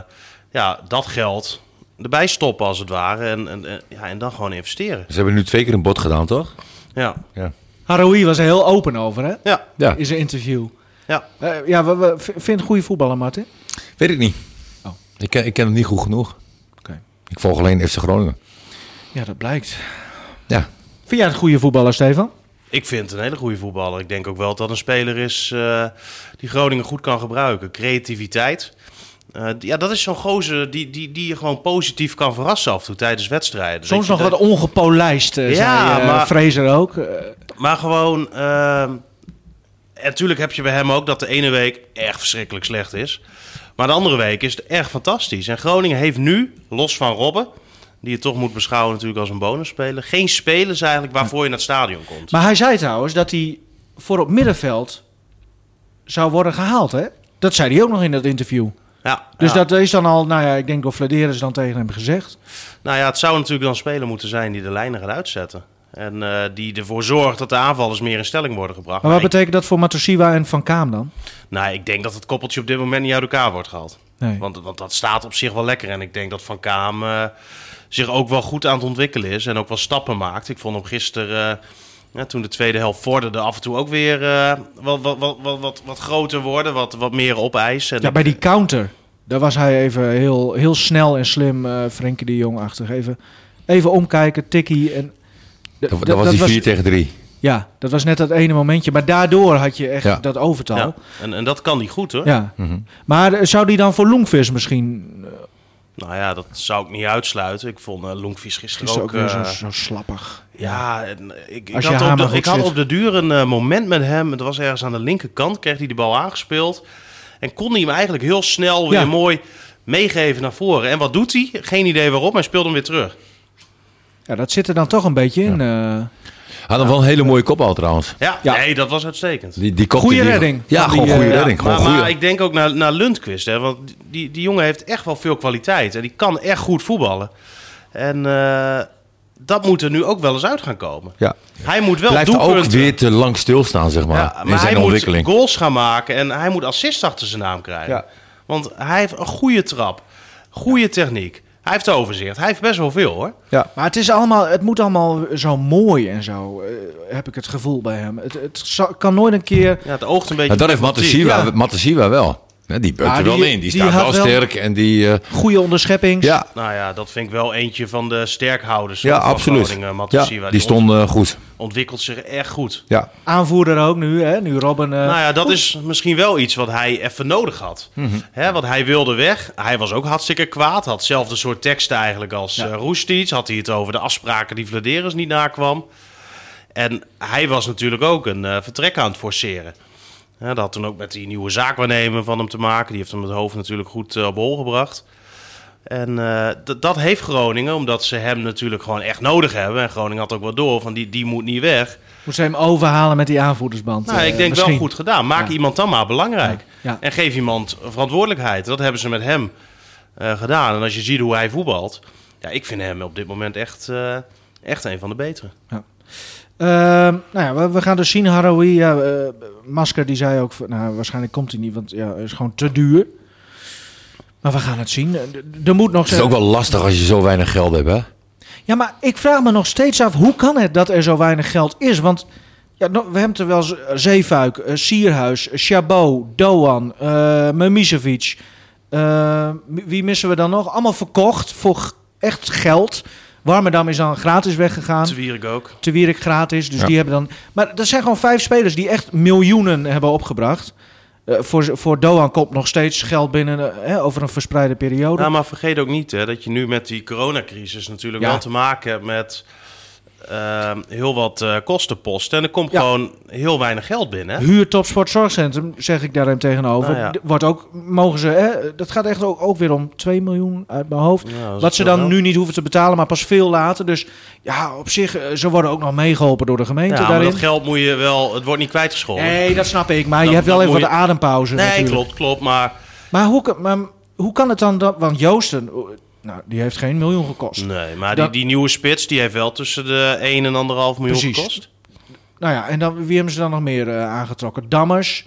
S4: ja, dat geld erbij stoppen als het ware. En, en, en- ja, en dan gewoon investeren.
S3: Ze hebben nu twee keer een bod gedaan, toch?
S4: Ja,
S2: Haroui was er heel open over, hè?
S4: ja.
S3: Ja.
S2: Is een interview.
S4: Ja.
S2: Eh, ja, we, we, v- vind goede voetballer, Martin.
S3: Weet ik niet.
S2: Oh.
S3: Ik, ken, ik ken hem niet goed genoeg.
S2: Oké.
S3: Ik volg alleen FC Groningen.
S2: Ja, dat blijkt.
S3: Ja.
S2: Vind jij een goede voetballer, Stefan?
S4: Ik vind het een hele goede voetballer. Ik denk ook wel dat het een speler is eh, die Groningen goed kan gebruiken. Creativiteit. Eh, d- ja, dat is zo'n gozer die, die, die je gewoon positief kan verrassen af en toe tijdens wedstrijden.
S2: Soms
S4: Dat
S2: nog
S4: je-
S2: wat
S4: dat-
S2: ongepolijst, eh,
S4: Ja,
S2: zei eh,
S4: maar-
S2: Fraser ook. Eh,
S4: Maar gewoon... ehm, en natuurlijk heb je bij hem ook dat de ene week echt verschrikkelijk slecht is. Maar de andere week is het echt fantastisch. En Groningen heeft nu, los van Robben... die je toch moet beschouwen natuurlijk als een bonusspeler... geen spelers eigenlijk waarvoor je naar het stadion komt.
S2: maar hij zei trouwens dat hij voor op middenveld zou worden gehaald, hè? Dat zei hij ook nog in dat interview.
S4: Ja,
S2: Dus
S4: ja.
S2: dat is dan al, nou ja, ik denk door Vladeris dan tegen hem gezegd.
S4: Nou ja, het zou natuurlijk dan speler moeten zijn die de lijnen gaat uitzetten. En eh, die ervoor zorgt dat de aanvallers meer in stelling worden gebracht. Nou,
S2: Maar wat
S4: ik,
S2: betekent dat voor Matosiwa en Van Kaam dan?
S4: nou, ik denk dat het koppeltje op dit moment niet uit elkaar wordt gehaald.
S2: Nee.
S4: Want, want dat staat op zich wel lekker. En ik denk dat Van Kaam eh, zich ook wel goed aan het ontwikkelen is. En ook wel stappen maakt. Ik vond hem gisteren, eh, ja, toen de tweede helft vorderde, af en toe ook weer eh, wat, wat, wat, wat, wat, wat groter worden. Wat, wat meer opeisen. En
S2: Ja,
S4: ik-
S2: bij die counter, daar was hij even heel, heel snel en slim, eh Frenkie de Jong-achtig. Even, even omkijken, tikkie. En,
S3: Dat, dat was die 4 tegen 3.
S2: Ja, dat was net dat ene momentje. Maar daardoor had je echt
S3: Ja.
S2: dat overtal.
S4: ja,
S2: Ja.
S4: en, en dat kan hij goed hoor.
S2: Maar eh, zou die dan voor Loenvis misschien
S4: Nou ja, dat zou ik niet uitsluiten. Ik vond eh Lonkvis gisteren,
S2: gisteren ook weer zo,
S4: eh,
S2: zo slappig?
S4: Ja, en eh, ik, ik,
S2: Als je
S4: had op,
S2: hamer
S4: de,
S2: goed
S4: ik had
S2: zit.
S4: op de duur een eh, moment met hem. Het was ergens aan de linkerkant, kreeg hij de bal aangespeeld. En kon hij hem eigenlijk heel snel weer
S2: Ja.
S4: mooi meegeven naar voren. En wat doet hij? Geen idee waarom. Hij speelt hem weer terug.
S2: Ja, dat zit er dan toch een beetje in. eh.
S3: Had hem wel een hele mooie kop al trouwens.
S4: Ja,
S2: Ja.
S4: nee, dat was uitstekend.
S3: Die, die kopte
S2: Goeie
S3: die-
S2: redding
S3: Ja,
S2: van
S3: gewoon
S2: die,
S3: goede
S2: eh,
S4: Ja,
S3: redding. Gewoon
S4: maar, maar
S3: goeie-
S4: ik denk ook naar, naar Lundqvist. Hè, want die, die jongen heeft echt wel veel kwaliteit. En die kan echt goed voetballen. En eh, dat moet er nu ook wel eens uit gaan komen.
S3: ja.
S4: Hij moet wel
S3: Blijft ook
S4: doelpunten...
S3: weer te lang stilstaan, zeg maar.
S4: Ja,
S3: in
S4: maar
S3: zijn
S4: hij moet
S3: ontwikkeling.
S4: goals gaan maken en hij moet assist achter zijn naam krijgen.
S3: Ja.
S4: Want hij heeft een goede trap, goede techniek. Hij heeft overzicht. Hij heeft best wel veel hoor.
S2: Maar het, is allemaal, het moet allemaal zo mooi en zo, eh, heb ik het gevoel bij hem. Het, het za- kan nooit een keer...
S4: Ja, het oogt een beetje.
S3: Ja, dat Nou, heeft
S4: diplomatiek.
S3: Matasiwa
S2: Ja.
S3: Matasiwa wel. Ja, die bukt
S2: Ja,
S3: er
S2: die-
S3: wel in. Die,
S2: die
S3: staat
S2: had
S3: wel
S2: wel-
S3: sterk. En die, eh,
S2: Goede onderschepping.
S3: ja,
S4: Nou ja, dat vind ik wel eentje van de sterkhouders
S3: ja,
S4: van
S3: absoluut.
S4: Groningen.
S3: ja,
S4: Matusiwa,
S3: die,
S4: die,
S3: stond eh, goed.
S4: ont- ontwikkelt zich echt goed.
S3: Ja.
S2: Aanvoerder ook nu, hè? Nu Robin... eh,
S4: Nou ja, dat is misschien wel iets wat hij even nodig had.
S2: Mhm.
S4: Hè, want hij wilde weg. Hij was ook hartstikke kwaad. Had hetzelfde soort teksten eigenlijk als eh Roestic. Had hij het over de afspraken die Vladeris niet nakwam. En hij was natuurlijk ook een eh, vertrek aan het forceren. Hè, dat had toen ook met die nieuwe zaakwaarnemer van hem te maken. Die heeft hem het hoofd natuurlijk goed eh, op hol gebracht. En eh, d- dat heeft Groningen, omdat ze hem natuurlijk gewoon echt nodig hebben. En Groningen had ook wel door van die, die moet niet weg.
S2: Moet ze hem overhalen met die aanvoerdersband?
S4: Nou,
S2: eh,
S4: ik denk wel
S2: misschien.
S4: goed gedaan. Maak
S2: Ja.
S4: iemand dan maar belangrijk.
S2: Ja, ja.
S4: En geef iemand verantwoordelijkheid. Dat hebben ze met hem eh, gedaan. En als je ziet hoe hij voetbalt. Ja, ik vind hem op dit moment echt, eh, echt een van de betere.
S2: Ehm, nou ja, we, we gaan dus zien, Haroui. Ja, eh, Masker die zei ook, van, nou, waarschijnlijk komt hij niet, want ja, het is gewoon te duur. Maar we gaan het zien. Eh, d- Er moet nog...
S3: Het is ook wel lastig als je zo weinig geld hebt, hè?
S2: Ja, maar ik vraag me nog steeds af, hoe kan het dat er zo weinig geld is? Want ja, no- we hebben er wel z- eh, Zeefuik, eh, Sierhuis, eh, Chabot, Doan, eh Memisevic. Eh, m- wie missen we dan nog? Allemaal verkocht voor g- echt geld. Warmerdam is dan gratis weggegaan.
S4: Te Wierik ook.
S2: Te Wierik gratis. Dus
S3: Ja.
S2: die hebben dan. Maar dat zijn gewoon vijf spelers die echt miljoenen hebben opgebracht. eh, voor, voor Doan komt nog steeds geld binnen eh, hè, over een verspreide periode.
S4: Nou, maar vergeet ook niet hè, dat je nu met die coronacrisis natuurlijk
S2: Ja.
S4: wel te maken hebt met ehm, heel wat eh, kostenposten. En er komt
S2: Ja.
S4: gewoon heel weinig geld binnen. hè?
S2: Huur Topsport Zorgcentrum, zeg ik daarin tegenover.
S4: Nou ja.
S2: D- Wordt ook, mogen ze, hè, dat gaat echt ook, ook weer om 2 miljoen uit mijn hoofd.
S4: Ja, dat is
S2: wat ze
S4: veel
S2: dan
S4: geld.
S2: nu niet hoeven te betalen, maar pas veel later. Dus ja, op zich, eh, ze worden ook nog meegeholpen door de gemeente
S4: Ja, maar
S2: daarin.
S4: dat geld moet je wel, het wordt niet kwijtgescholden.
S2: nee, dat snap ik. Maar
S4: Dat-
S2: je hebt wel
S4: dat
S2: even
S4: moet
S2: wat
S4: je-
S2: adempauze
S4: Nee,
S2: natuurlijk.
S4: klopt, klopt. Maar
S2: Maar hoe, kan- maar hoe kan het dan, dat, want Joosten, oh, nou, die heeft geen miljoen gekost.
S4: Nee, maar
S2: Dat-
S4: die, die nieuwe spits die heeft wel tussen de 1 en 1,5 miljoen
S2: Precies.
S4: gekost.
S2: Nou ja, en dan, wie hebben ze dan nog meer eh, aangetrokken? Dammers.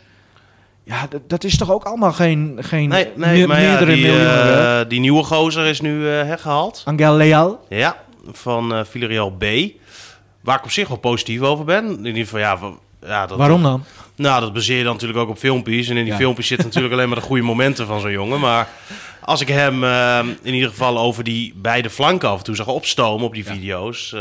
S2: Ja, d- dat is toch ook allemaal geen, geen
S4: Nee, nee
S2: me-
S4: maar ja,
S2: meerdere
S4: die,
S2: miljoenen.
S4: eh,
S2: werk?
S4: die nieuwe gozer is nu eh, hergehaald.
S2: Angel Leal.
S4: Ja, van eh Villarreal B. Waar ik op zich wel positief over ben. In ieder geval, ja... van- ja dat,
S2: Waarom dan?
S4: Nou, dat baseer je dan natuurlijk ook op filmpjes. En in die
S2: Ja.
S4: filmpjes zitten natuurlijk alleen maar de goede momenten van zo'n jongen. Maar als ik hem eh, in ieder geval over die beide flanken af en toe zag opstomen op die video's... eh,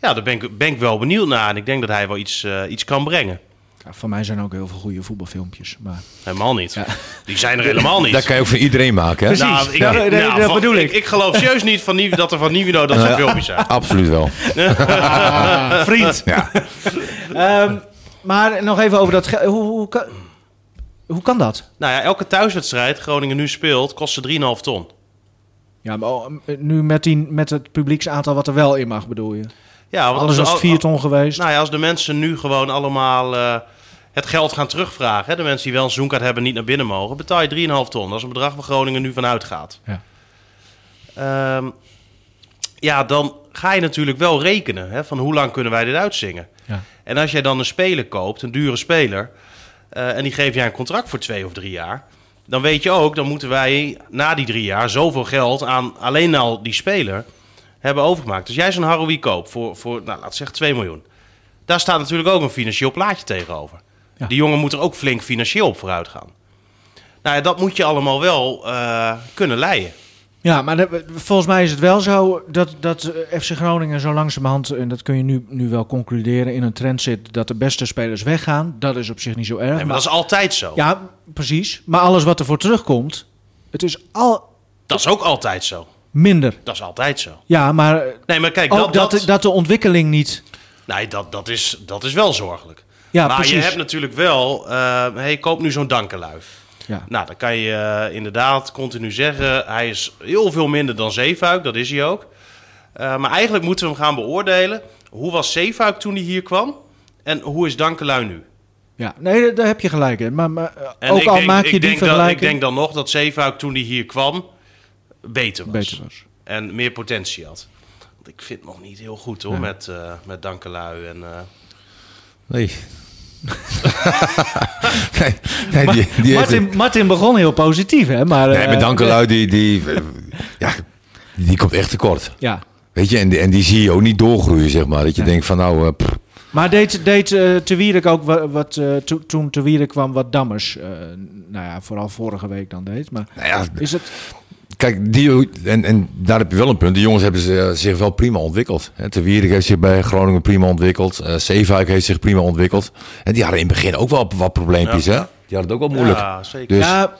S4: ja, daar ben ik, ben ik wel benieuwd naar. En ik denk dat hij wel iets, eh, iets kan brengen.
S2: Ja, voor mij zijn ook heel veel goede voetbalfilmpjes. Maar...
S4: Helemaal niet. Die zijn er helemaal niet.
S3: Dat kan je ook voor iedereen maken. Hè?
S2: Precies.
S4: Nou, ik,
S2: Ja, nee, nee, dat
S4: van-
S2: bedoel ik.
S4: Ik geloof serieus niet van Nieve- dat er van Nivido dat soort filmpjes zijn.
S3: Absoluut wel.
S2: Vriend.
S3: Ja.
S2: Ehm, maar nog even over dat... ge- Hoe, hoe, kan, hoe kan dat?
S4: Nou ja, elke thuiswedstrijd Groningen nu speelt, kost ze 3,5 ton.
S2: Ja, maar oh, nu met, die, met het publieksaantal wat er wel in mag, bedoel je?
S4: Ja, want
S2: Alles
S4: als-
S2: was
S4: al-
S2: vier ton geweest.
S4: Nou ja, als de mensen nu gewoon allemaal eh, het geld gaan terugvragen... Hè, de mensen die wel een seizoenkaart hebben en niet naar binnen mogen... betaal je 3,5 ton. Dat is een bedrag waar Groningen nu vanuit gaat.
S2: Ja.
S4: Ja. ja, dan ga je natuurlijk wel rekenen hè, van hoe lang kunnen wij dit uitzingen.
S2: Ja.
S4: En als jij dan een speler koopt, een dure speler, eh, en die geef jij een contract voor twee of drie jaar, dan weet je ook, dan moeten wij na die drie jaar zoveel geld aan alleen al die speler hebben overgemaakt. Dus jij zo'n Haroui koopt voor, voor nou, laat zeggen 2 miljoen. Daar staat natuurlijk ook een financieel plaatje tegenover.
S2: Ja.
S4: Die jongen moet er ook flink financieel op vooruit gaan. Nou ja, dat moet je allemaal wel eh, kunnen leiden.
S2: Ja, maar dat- volgens mij is het wel zo dat, dat eh, FC Groningen zo langzamerhand, en dat kun je nu, nu wel concluderen, in een trend zit dat de beste spelers weggaan. Dat is op zich niet zo erg.
S4: Nee, maar dat is altijd zo.
S2: maar- Ja, precies. Maar alles wat ervoor terugkomt, het is al
S4: Dat is ook altijd zo.
S2: minder.
S4: Dat is altijd zo.
S2: Ja, maar eh,
S4: Nee, maar kijk,
S2: ook
S4: dat,
S2: dat,
S4: dat,
S2: dat, de ontwikkeling niet...
S4: nee, dat, dat, is, dat is wel zorgelijk.
S2: Ja,
S4: maar je
S2: precies.
S4: hebt natuurlijk wel, eh hey, koop nu zo'n dankelui.
S2: Ja.
S4: Nou, dan kan je eh, inderdaad continu zeggen, hij is heel veel minder dan Zeefuik, dat is hij ook. Eh, maar eigenlijk moeten we hem gaan beoordelen, hoe was Zeefuik toen hij hier kwam en hoe is dankelui nu?
S2: Ja, nee, daar- daar heb je gelijk in. Maar, maar eh,
S4: En
S2: ook
S4: ik
S2: al
S4: denk-
S2: maak je
S4: ik
S2: die
S4: denk dat-
S2: vergelijking...
S4: ik denk dan nog dat Zeefuik toen hij hier kwam, beter was.
S2: beter was.
S4: En meer potentie had. Want ik vind het nog niet heel goed hoor, met, eh met dankelui en... eh,
S3: Nee. nee, nee, die, die heeft-
S2: Martin, Martin begon heel positief, hè? Maar,
S3: nee,
S2: eh,
S3: maar Dankelui, die, die, ja, die komt echt tekort.
S2: Ja,
S3: Weet je, en, die- en die zie je ook niet doorgroeien, zeg maar. Dat je denkt van, nou, eh, pff,
S2: Maar deed, deed eh, Te Wierik ook wa- wat, eh, to- toen Te Wierik kwam, wat Dammers, eh, nou ja, vooral vorige week dan deed. Maar
S3: nou ja,
S2: is het,
S3: Kijk, die, en, en daar heb je wel een punt. De jongens hebben ze, eh, zich wel prima ontwikkeld. Hè, Te Wierik heeft zich bij Groningen prima ontwikkeld. Eh Zeefuik heeft zich prima ontwikkeld. En die hadden in het begin ook wel wat probleempjes. Hè? Die hadden het ook wel moeilijk.
S4: Ja, zeker.
S3: Dus
S2: ja,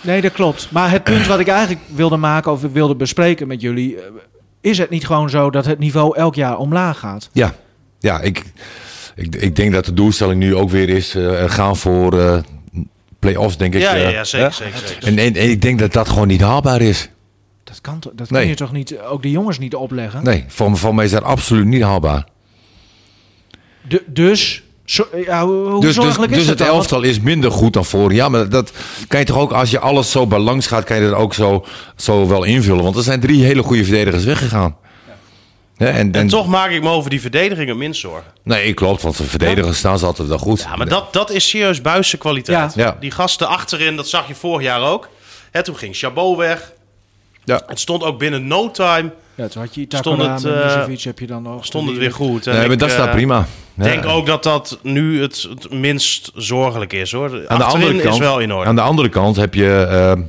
S2: nee, dat klopt. Maar het punt wat ik eigenlijk wilde maken of wilde bespreken met jullie, eh, is het niet gewoon zo dat het niveau elk jaar omlaag gaat?
S3: ja, ja ik, ik, ik denk dat de doelstelling nu ook weer is eh, gaan voor eh, play-offs, denk ik.
S4: ja, ja,
S3: eh,
S4: ja, zeker,
S3: hè?
S4: zeker, zeker.
S3: En, en, en ik denk dat dat gewoon niet haalbaar is.
S2: Dat kan, toch- dat
S3: Nee.
S2: kun je toch niet, eh, ook de jongens niet opleggen?
S3: Nee, voor, voor mij is dat absoluut niet haalbaar.
S2: Du- dus, zo- ja, hoe, hoe
S3: Dus, dus,
S2: zorgelijk
S3: dus
S2: is
S3: het
S2: dat dan?
S3: elftal is minder goed dan vorig jaar. Maar dat kan je toch ook, als je alles zo balans gaat, kan je dat ook zo, zo wel invullen. Want er zijn drie hele goede verdedigers weggegaan. Hè, en, en,
S4: En toch maak ik me over die verdediging het minst zorgen.
S3: Nee, klopt, want de verdedigers staan ze altijd wel goed.
S4: Ja, maar dat, dat is serieus buisse kwaliteit.
S3: Ja. Ja.
S4: Die gasten achterin, dat zag je vorig jaar ook. Hè, toen ging Chabot weg.
S3: Ja.
S4: Het stond ook binnen no time
S2: Ja, toen had je
S4: Stond
S2: Itakura
S4: het,
S2: en
S4: eh,
S2: Mizovic heb je dan nog.
S4: stond
S2: Te
S4: het weer
S2: Wierik.
S4: goed. En
S3: Nee, maar
S4: ik,
S3: dat
S4: eh,
S3: staat prima.
S4: denk
S3: Ja.
S4: ook dat dat nu het, het minst zorgelijk is hoor.
S3: Aan de, andere kant,
S4: is wel in orde.
S3: aan de andere kant heb je eh,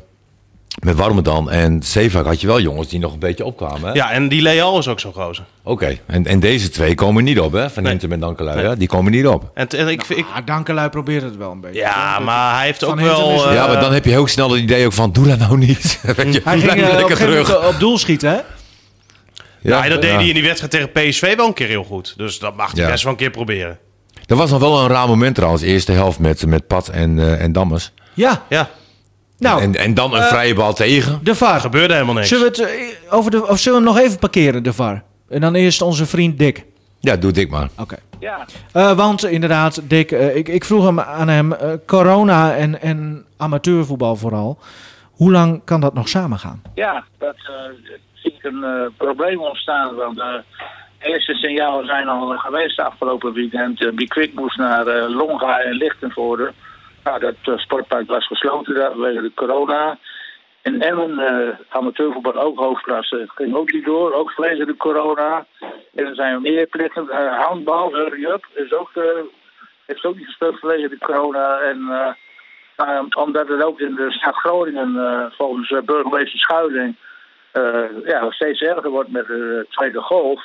S3: Met Warmerdam en Zeevaak had je wel jongens die nog een beetje opkwamen. hè?
S4: Ja, en die Leal is ook zo'n gozer.
S3: Oké, en, en deze twee komen niet op, hè? Van
S4: Nee.
S3: Hintem en Dankelui,
S4: Nee.
S3: hè? Die komen niet op.
S4: En, t- en ik, ik,
S2: Ah, Dankelui probeert het wel een beetje.
S4: ja, maar hij heeft
S2: Van
S4: ook
S2: Hintem
S4: wel...
S2: is-
S4: eh,
S3: ja, maar dan heb je heel snel het idee ook van, doe dat nou niet. Weet je,
S2: Hij
S3: blijf
S2: ging eh, op, een
S3: lekker
S2: gegeven
S3: terug.
S2: moment op doel schieten, hè?
S3: Ja,
S4: nou, en dat deed
S3: ja.
S4: hij in die wedstrijd tegen PSV wel een keer heel goed. Dus dat mag hij
S3: Ja.
S4: best wel een keer proberen.
S3: Dat was nog wel een raar moment trouwens, eerste helft met, met Pat en, eh, en Dammers.
S2: Ja,
S4: Ja,
S2: nou,
S3: en, en
S4: Eh.
S3: dan een vrije bal tegen.
S2: de VAR.
S4: gebeurde helemaal niks.
S2: Zullen we, het, eh, over de, of zullen we hem nog even parkeren, de VAR? En dan eerst onze vriend Dick.
S3: Ja, doe dik maar.
S2: Oké.
S5: Ja,
S2: Eh, want inderdaad, Dick, eh, ik, ik vroeg hem aan hem, eh, corona en, en amateurvoetbal vooral. Hoe lang kan dat nog samengaan?
S5: ja dat eh, zie ik een eh, probleem ontstaan. Want eh, de eerste signalen zijn al eh, geweest afgelopen weekend. Uh, Bikwik moest naar eh, Longa en Lichtenvoorde. Nou, dat eh, sportpark was gesloten daar vanwege de corona. En Emmen, eh amateurvoetbal ook hoofdklasse, ging ook niet door, ook vanwege de corona. En er zijn meer plekken. Eh, handbal, hurry up, is ook, eh, heeft ook niet gespeeld vanwege de corona. En eh, nou ja, omdat het ook in de stad Groningen, eh, volgens eh, burgemeester Schuiling, eh, ja, steeds erger wordt met de tweede golf.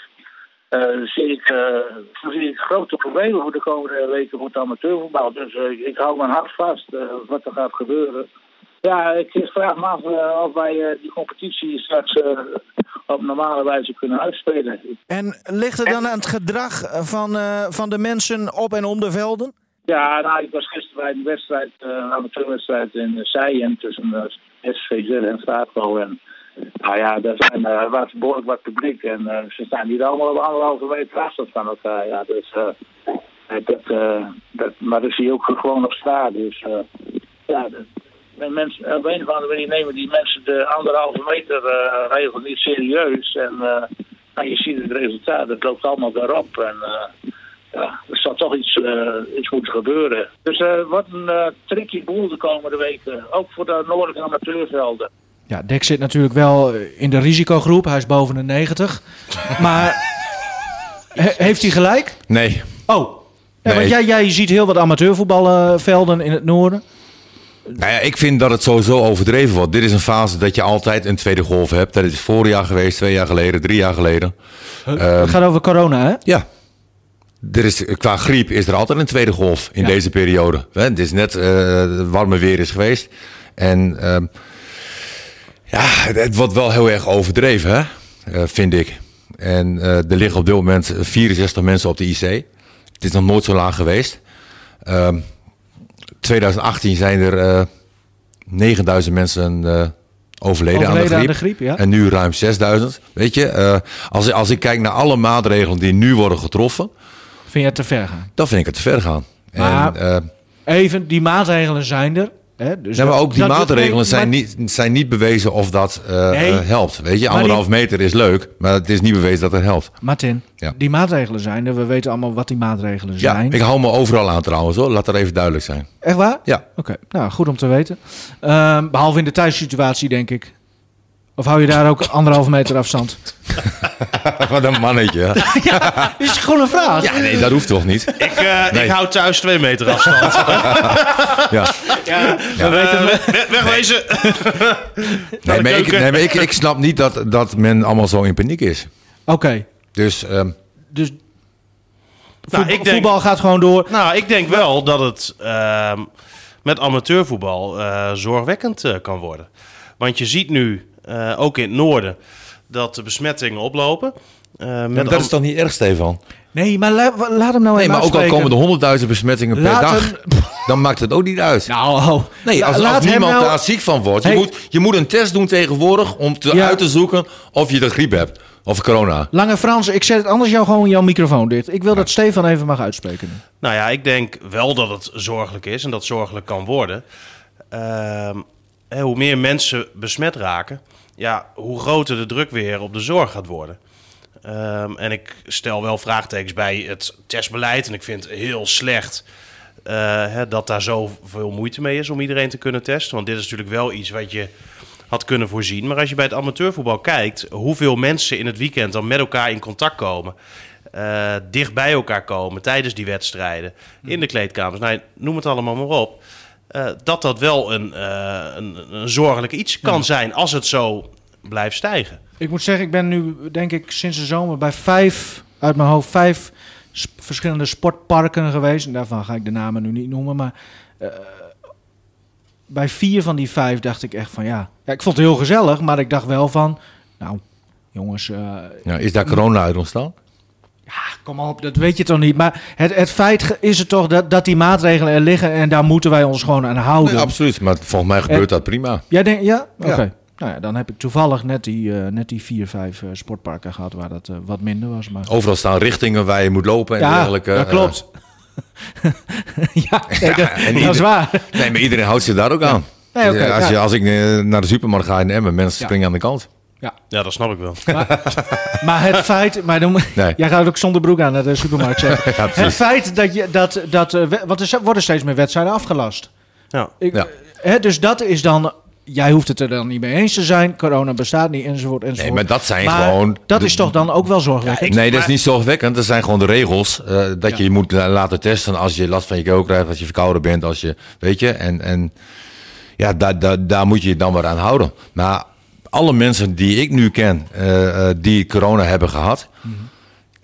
S5: eh, zie, ik, eh, zie ik grote problemen voor de komende weken voor het amateurvoetbal. Dus eh, ik- ik hou mijn hart vast eh, wat er gaat gebeuren. Ja, ik vraag me af eh, of wij eh, die competitie straks eh, op normale wijze kunnen uitspelen.
S6: En ligt het dan aan het gedrag van, eh, van de mensen op en om de velden?
S5: Ja, nou, ik was gisteren bij een wedstrijd, eh, een amateurwedstrijd in Zeien tussen eh, SVZ en Staatco. En nou ja, daar zijn, eh, was behoorlijk wat publiek. En eh, ze staan hier allemaal op anderhalve meter afstand van elkaar. Ja, dus, eh, eh, dat, eh, dat, maar dat zie je ook gewoon op straat. Dus eh, ja, dat- men- mensen, op een of andere manier nemen die mensen de anderhalve meter eh, regel niet serieus. En eh, nou, je ziet het resultaat, dat loopt allemaal daarop. En, eh, ja, er zal toch iets, eh, iets moeten gebeuren. Dus eh, wat een eh, tricky boel de komende weken. Ook voor de noordelijke amateurvelden.
S2: Ja, Dick zit natuurlijk wel eh, in de risicogroep. Hij is boven de 90. Maar he- heeft hij gelijk?
S3: Nee.
S2: Oh, ja,
S3: Nee.
S2: want jij, jij ziet heel wat amateurvoetbalvelden in het noorden.
S3: Nou ja, ik vind dat het sowieso overdreven wordt. Dit is een fase dat je altijd een tweede golf hebt. Dat is vorig jaar geweest, twee jaar geleden, drie jaar geleden. Ehm.
S2: het gaat over corona, hè?
S3: Ja. Er is, qua griep is er altijd een tweede golf in deze periode. Hè, Het is net eh, het warme weer is geweest. En ehm, ja, het, het wordt wel heel erg overdreven, hè? Eh, vind ik. En eh, er liggen op dit moment 64 mensen op de IC. Het is nog nooit zo laag geweest. Ehm 2018 zijn er eh 9000 mensen eh, overleden, aan, de
S2: Overleden
S3: griep.
S2: aan de griep, ja.
S3: En nu ruim 6000. Weet je, eh, als, als ik kijk naar alle maatregelen die nu worden getroffen,
S2: Vind je het te ver gaan?
S3: dan vind ik het te ver gaan.
S2: Maar-
S3: en, eh,
S2: Even, die maatregelen zijn er. Hè? Dus
S3: ja, maar
S2: dat-
S3: ook die
S2: dat-
S3: maatregelen
S2: nee,
S3: zijn,
S2: maar-
S3: niet, zijn niet bewezen of dat eh,
S2: Nee.
S3: eh, helpt. Weet je,
S2: die-
S3: anderhalf meter is leuk, maar het is niet bewezen dat het helpt.
S2: Martin,
S3: Ja.
S2: die maatregelen zijn er. We weten allemaal wat die maatregelen
S3: Ja,
S2: zijn.
S3: ik hou me overal aan trouwens hoor. Laat dat even duidelijk zijn.
S2: Echt waar?
S3: Ja.
S2: Oké, nou goed om te weten. Ehm, behalve in de thuissituatie, denk ik. Of hou je daar ook anderhalve meter afstand?
S3: Wat een mannetje. hè?
S2: Is gewoon een vraag.
S3: Ja, nee, dat hoeft toch niet?
S4: Ik, eh,
S3: Nee.
S4: ik hou thuis twee meter afstand.
S3: Ja.
S4: Eh, we- wegwezen.
S3: Nee, maar, ik,
S4: keuken.
S3: nee, maar ik, ik snap niet dat, dat men allemaal zo in paniek is.
S2: Oké,
S3: Dus ehm,
S2: dus
S4: Nou,
S2: voetbal,
S4: ik denk,
S2: voetbal gaat gewoon door.
S4: nou, ik denk wel dat het ehm, met amateurvoetbal eh, zorgwekkend eh, kan worden. Want je ziet nu, eh, ook in het noorden, dat de besmettingen oplopen. Eh, met
S3: dat is
S4: am-
S3: toch niet erg, Stefan?
S2: Nee, maar la- wa- laat hem nou
S3: Nee,
S2: even
S3: maar ook al
S2: uitspreken.
S3: komen er honderdduizend besmettingen per
S2: Laat
S3: dag,
S2: hem-
S3: dan maakt het ook niet uit.
S2: Nou, oh.
S3: Nee,
S2: La-
S3: als,
S2: laat
S3: als
S2: hem
S3: niemand
S2: nou-
S3: daar ziek van wordt. Je,
S2: Hey.
S3: moet, je moet een test doen tegenwoordig om te,
S2: Ja.
S3: uit te zoeken of je de griep hebt. Of corona.
S2: Lange Frans, ik zet anders jou gewoon jouw microfoon dicht. Ik wil dat Stefan even mag uitspreken.
S4: Nou ja, ik denk wel dat het zorgelijk is en dat het zorgelijk kan worden. Ehm, hè, hoe meer mensen besmet raken, ja, hoe groter de druk weer op de zorg gaat worden. Ehm, en ik stel wel vraagtekens bij het testbeleid. En ik vind het heel slecht eh, hè, dat daar zoveel moeite mee is om iedereen te kunnen testen. Want dit is natuurlijk wel iets wat je had kunnen voorzien. Maar als je bij het amateurvoetbal kijkt, hoeveel mensen in het weekend dan met elkaar in contact komen. eh, dicht bij elkaar komen tijdens die wedstrijden. In de kleedkamers. Nou, noem het allemaal maar op. Eh, eh, dat dat wel een, eh, een, een zorgelijk iets kan zijn als het zo blijft stijgen.
S2: Ik moet zeggen, ik ben nu denk ik sinds de zomer bij vijf, uit mijn hoofd vijf sp- verschillende sportparken geweest. En daarvan ga ik de namen nu niet noemen. Maar eh, bij vier van die vijf dacht ik echt van ja. ja. Ik vond het heel gezellig, maar ik dacht wel van, nou jongens, eh,
S3: Ja, is daar corona uit ontstaan?
S2: Kom op, dat weet je toch niet. Maar het, het feit ge- is het toch dat, dat die maatregelen er liggen en daar moeten wij ons gewoon aan houden.
S3: Nee, absoluut, maar volgens mij gebeurt dat prima.
S2: Jij denkt, ja? Oké.
S3: Ja.
S2: Nou ja, dan heb ik toevallig net die, eh, net die vier, vijf eh, sportparken gehad waar dat eh, wat minder was. Maar...
S3: Overal staan richtingen waar je moet lopen en
S2: ja,
S3: dergelijke.
S2: dat
S3: eh,
S2: klopt. ja, nee, dat,
S3: en
S2: dat is
S3: ieder-
S2: waar.
S3: nee, maar iedereen houdt zich daar ook aan.
S2: Nee, oké,
S3: als,
S2: ja.
S3: je, als ik eh, naar de supermarkt ga in Emmen, mensen springen aan de kant.
S4: Ja, dat snap ik wel.
S2: Maar het feit... Maar dan, moet-
S3: Nee.
S2: Jij gaat ook zonder broek aan naar de supermarkt. zeg.
S3: Ja,
S2: het
S3: precies.
S2: feit dat... Je, dat, dat eh, we- want er worden steeds meer wedstrijden afgelast.
S4: Ja.
S2: Ik,
S3: Ja.
S2: hè, dus dat is dan. Jij hoeft het er dan niet mee eens te zijn. Corona bestaat niet, enzovoort. enzovoort.
S3: Nee, maar dat zijn
S2: Maar
S3: gewoon...
S2: Dat
S3: de-
S2: is toch dan ook wel zorgwekkend?
S3: nee, dat is niet zorgwekkend. Dat zijn gewoon de regels. eh, dat je je moet la- laten testen als je last van je keel krijgt, als je verkouden bent, als je... Weet je, en, en ja, daar, daar, daar moet je je dan maar aan houden. Maar alle mensen die ik nu ken, eh, eh, die corona hebben gehad...
S4: Mhm.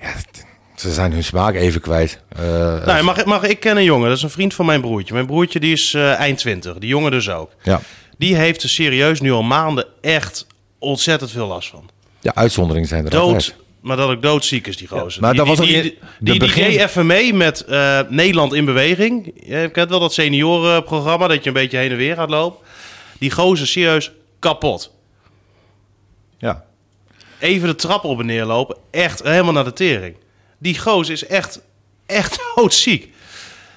S3: Ja, t- ze zijn hun smaak even kwijt. Eh,
S4: Nou, ja, mag, mag, ik ken een jongen, dat is een vriend van mijn broertje. Mijn broertje die is eh, eind 20, die jongen dus ook.
S3: ja.
S4: Die heeft er serieus nu al maanden echt ontzettend veel last van.
S3: ja, uitzonderingen zijn er
S4: Dood,
S3: altijd.
S4: maar dat ook doodziek is die gozer.
S3: maar
S4: die,
S3: dat was
S4: die,
S3: ook
S4: die,
S3: in- de
S4: die, die
S3: begin-
S4: deed even mee met eh, Nederland in Beweging. Je kent wel dat seniorenprogramma dat je een beetje heen en weer gaat lopen. Die gozer is serieus kapot.
S3: Ja.
S4: Even de trap op en neer lopen, echt helemaal naar de tering. Die gozer is echt, echt doodziek.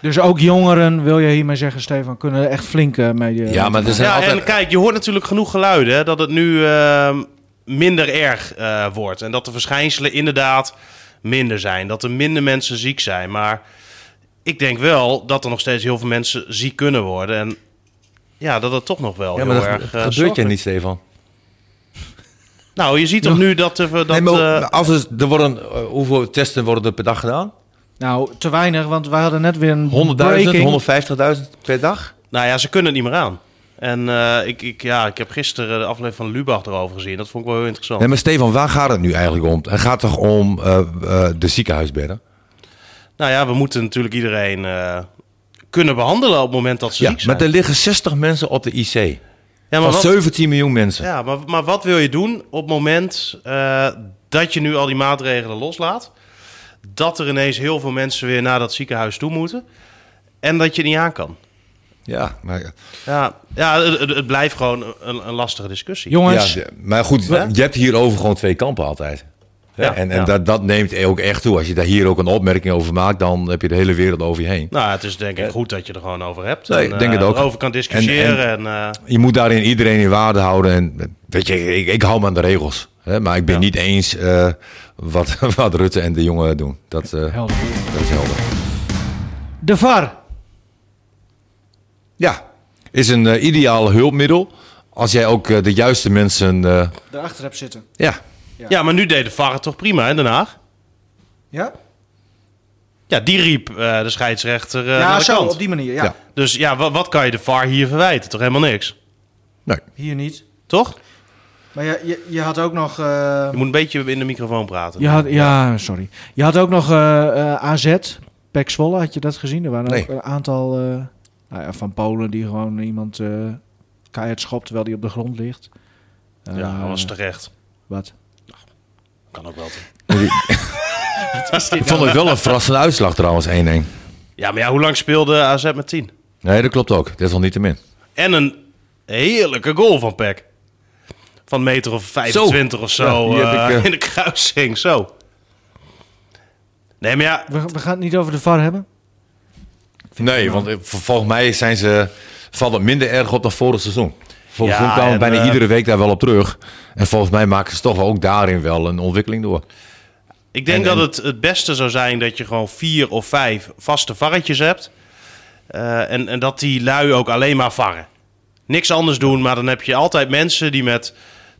S2: Dus ook jongeren, wil je hiermee zeggen, Stefan, kunnen er echt flink eh, mee. eh,
S3: ja, maar er zijn
S4: Ja,
S3: altijd...
S4: en kijk, je hoort natuurlijk genoeg geluiden hè, dat het nu ehm, minder erg eh, wordt. En dat de verschijnselen inderdaad minder zijn. Dat er minder mensen ziek zijn. Maar ik denk wel dat er nog steeds heel veel mensen ziek kunnen worden. En ja, dat het toch nog wel
S3: Ja,
S4: heel
S3: maar dat
S4: erg eh,
S3: gebeurt
S4: zorgt.
S3: jij niet, Stefan.
S4: Nou, je ziet toch nu dat... eh, dat
S3: nee, maar
S4: eh,
S3: als er, er worden, eh, hoeveel testen worden er per dag gedaan? 100.000,
S2: Nou, te weinig, want wij hadden net weer een. 100.000.
S3: 150.000 per dag?
S4: nou ja, ze kunnen het niet meer aan. En eh, ik, ik, ja, ik heb gisteren de aflevering van Lubach erover gezien. Dat vond ik wel heel interessant.
S3: Nee, maar Stefan, waar gaat het nu eigenlijk om? Het gaat toch om eh, eh, de ziekenhuisbedden?
S4: Nou ja, we moeten natuurlijk iedereen eh, kunnen behandelen op het moment dat ze
S3: Ja,
S4: ziek zijn.
S3: maar er liggen 60 mensen op de IC.
S4: ja,
S3: Van
S4: wat-
S3: 17 miljoen mensen.
S4: Ja, maar, maar wat wil je doen op het moment eh, dat je nu al die maatregelen loslaat? Dat er ineens heel veel mensen weer naar dat ziekenhuis toe moeten. En dat je niet aan kan.
S3: Ja, maar,
S4: Ja, ja het, het- het blijft gewoon een, een lastige discussie.
S2: Jongens,
S3: ja, maar goed,
S4: Hè?
S3: je hebt hierover gewoon twee kampen altijd. Hè?
S4: Ja,
S3: en en
S4: ja.
S3: Dat, dat neemt ook echt toe. Als je daar hier ook een opmerking over maakt, dan heb je de hele wereld over je heen.
S4: Nou, het is denk ik goed dat je er gewoon over hebt.
S3: Nee,
S4: en,
S3: ik
S4: eh,
S3: denk het ook.
S4: Erover kan discussiëren. En, eh,
S3: je moet daarin iedereen in waarde houden. En weet je, ik, ik hou me aan de regels. Hè? Maar ik ben
S4: Ja.
S3: niet eens eh, wat, wat Rutte en de jongen doen. Dat, eh,
S2: Helder.
S3: dat is helder.
S2: de VAR.
S3: Ja, is een eh, ideaal hulpmiddel. Als jij ook eh, de juiste mensen. eh,
S2: Daarachter heb zitten.
S3: ja,
S4: ja. maar nu deed de VAR het toch prima in Den Haag?
S2: Ja?
S4: Ja, die riep eh, de scheidsrechter eh,
S2: ja,
S4: naar de
S2: zo,
S4: kant.
S2: op die manier. Ja.
S3: Ja.
S4: Dus ja, wat, wat kan je de VAR hier verwijten? Toch helemaal niks?
S3: nee.
S2: Hier niet.
S4: Toch?
S2: Maar je, je, je had ook nog. eh,
S4: Je moet een beetje in de microfoon praten.
S2: je had, ja, sorry. Je had ook nog eh, eh, AZ, Pek Zwolle, had je dat gezien? Er waren
S3: Nee.
S2: ook een aantal eh, nou ja, van Polen die gewoon iemand eh keihard schopt terwijl die op de grond ligt.
S4: Ja,
S2: Eh,
S4: dat was terecht.
S2: Wat?
S4: Kan ook wel. toch?
S3: Ik vond het nou wel een verrassende uitslag trouwens, 1-1.
S4: Ja, maar ja, hoe lang speelde AZ met 10?
S3: Nee, dat klopt ook. Dat is al niet te min.
S4: En een heerlijke goal van Peck. Van meter of 25 of
S3: Ja,
S4: zo
S3: die heb
S4: eh,
S3: ik, eh.
S4: in de kruising, zo. Nee, maar ja,
S2: We, we gaan het niet over de VAR hebben.
S3: Nee, want eh, vol- volgens mij zijn ze, valt het minder erg op dan vorig seizoen. Volgens
S4: Ja,
S3: mij kwamen we
S4: en,
S3: bijna
S4: eh,
S3: iedere week daar wel op terug. En volgens mij maken ze toch ook daarin wel een ontwikkeling door.
S4: ik denk
S3: En-
S4: dat het het beste zou zijn dat je gewoon vier of vijf vaste varretjes hebt. Eh, en, en dat die lui ook alleen maar varren. Niks anders doen, maar dan heb je altijd mensen die met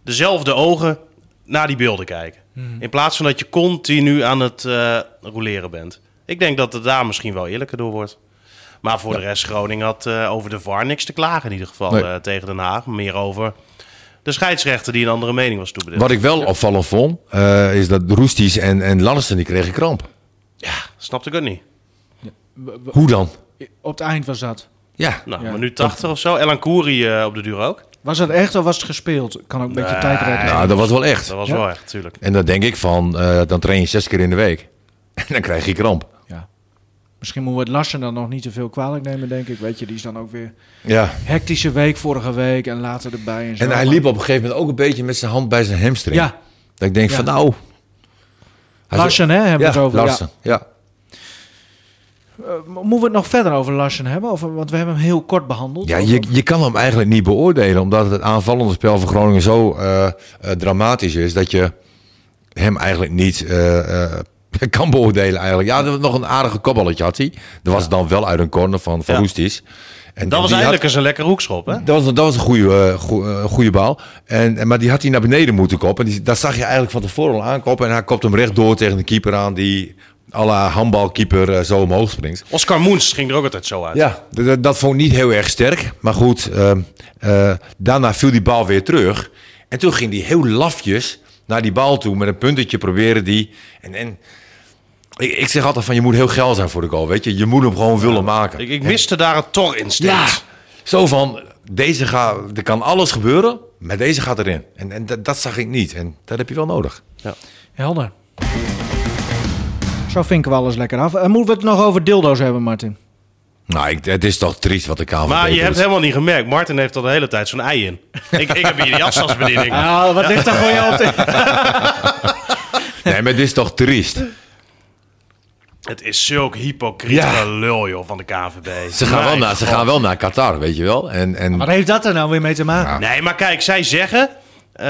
S4: dezelfde ogen naar die beelden kijken.
S3: Mhm.
S4: In plaats van dat je continu aan het eh roleren bent. Ik denk dat het daar misschien wel eerlijker door wordt. Maar voor de rest, Groningen had eh, over de VAR niks te klagen in ieder geval
S3: Nee.
S4: eh, tegen Den Haag. Meer over de scheidsrechter die een andere mening was toebedeeld.
S3: Wat ik wel opvallend vond, eh, is dat Roesties en, en Lannissen die kregen kramp.
S4: Snapte ik ook niet.
S3: Hoe dan?
S2: Op het eind was dat.
S3: Ja.
S4: Nou,
S2: Ja.
S4: minuut 80 of zo. Elan Koeri eh, op de duur ook.
S2: Was dat echt of was het gespeeld? Kan ook een beetje tijd redden.
S3: Nou, dat was wel echt.
S4: Dat was
S2: Ja.
S4: wel echt, natuurlijk.
S3: En dan denk ik van, eh, dan train je zes keer in de week. En dan krijg je kramp.
S2: Ja. Misschien moeten we het Larsen dan nog niet te veel kwalijk nemen, denk ik. Weet je, die is dan ook weer
S3: Ja.
S2: hectische week vorige week en later erbij en zo.
S3: En hij
S2: Maar-
S3: liep op een gegeven moment ook een beetje met zijn hand bij zijn hamstring.
S2: Ja,
S3: Dat ik denk
S2: Ja.
S3: van, nou... Hij
S2: Larsen hè, hebben we
S3: Ja,
S2: het over.
S3: Larsen. Ja.
S2: Ja. Eh, moeten we het nog verder over Larsen hebben? Of, want we hebben hem heel kort behandeld.
S3: Ja,
S2: Of-
S3: je, je kan hem eigenlijk niet beoordelen, omdat het aanvallende spel van Groningen zo eh, eh, dramatisch is dat je hem eigenlijk niet eh, eh, kan beoordelen. Eigenlijk. Ja, er was nog een aardige kopballetje had hij. Dat was dan wel uit een corner van, van
S4: Ja.
S3: Roestis. En
S4: Dat was
S3: die had-
S4: eigenlijk eens een lekker hoekschop, hè?
S3: dat was, dat was een goede, eh, goe- eh, goede bal. En, en- maar die had hij naar beneden moeten koppen. En die, dat zag je eigenlijk van tevoren al aankoppen. En hij kopt hem rechtdoor tegen de keeper aan die à la handbalkeeper eh, zo omhoog springt.
S4: Oscar Moens ging er ook altijd zo uit.
S3: Ja, d- d- dat vond ik niet heel erg sterk. Maar goed, ehm, eh, daarna viel die bal weer terug. En toen ging hij heel lafjes naar die bal toe met een puntetje proberen die. En, en ik, ik zeg altijd van je moet heel geil zijn voor de goal, weet je. Je moet hem gewoon willen maken.
S4: Ik, ik miste daar een tor instinct.
S3: Ja, Ah, zo van deze gaat, er kan alles gebeuren, maar deze gaat erin. En, en dat, dat zag ik niet. En dat heb je wel nodig.
S2: Helder. Zo vinken we alles lekker af. En moeten we het nog over dildo's hebben, Martin?
S3: Nou, ik, het is toch triest wat de KNVB
S4: Maar je
S3: doet.
S4: hebt helemaal niet gemerkt. Martin heeft al de hele tijd zo'n ei in. Ik, ik heb hier die afstandsbediening.
S2: Ja, wat ligt daar voor jou op de...
S3: Nee, maar het is toch triest.
S4: Het is zulk hypocriet
S3: Ja.
S4: lul, joh, van de KVB.
S3: Ze gaan, wel naar, ze gaan wel naar Qatar, weet je wel. En, en
S2: Wat heeft dat er nou weer mee te maken?
S4: Nee, maar kijk, zij zeggen... eh,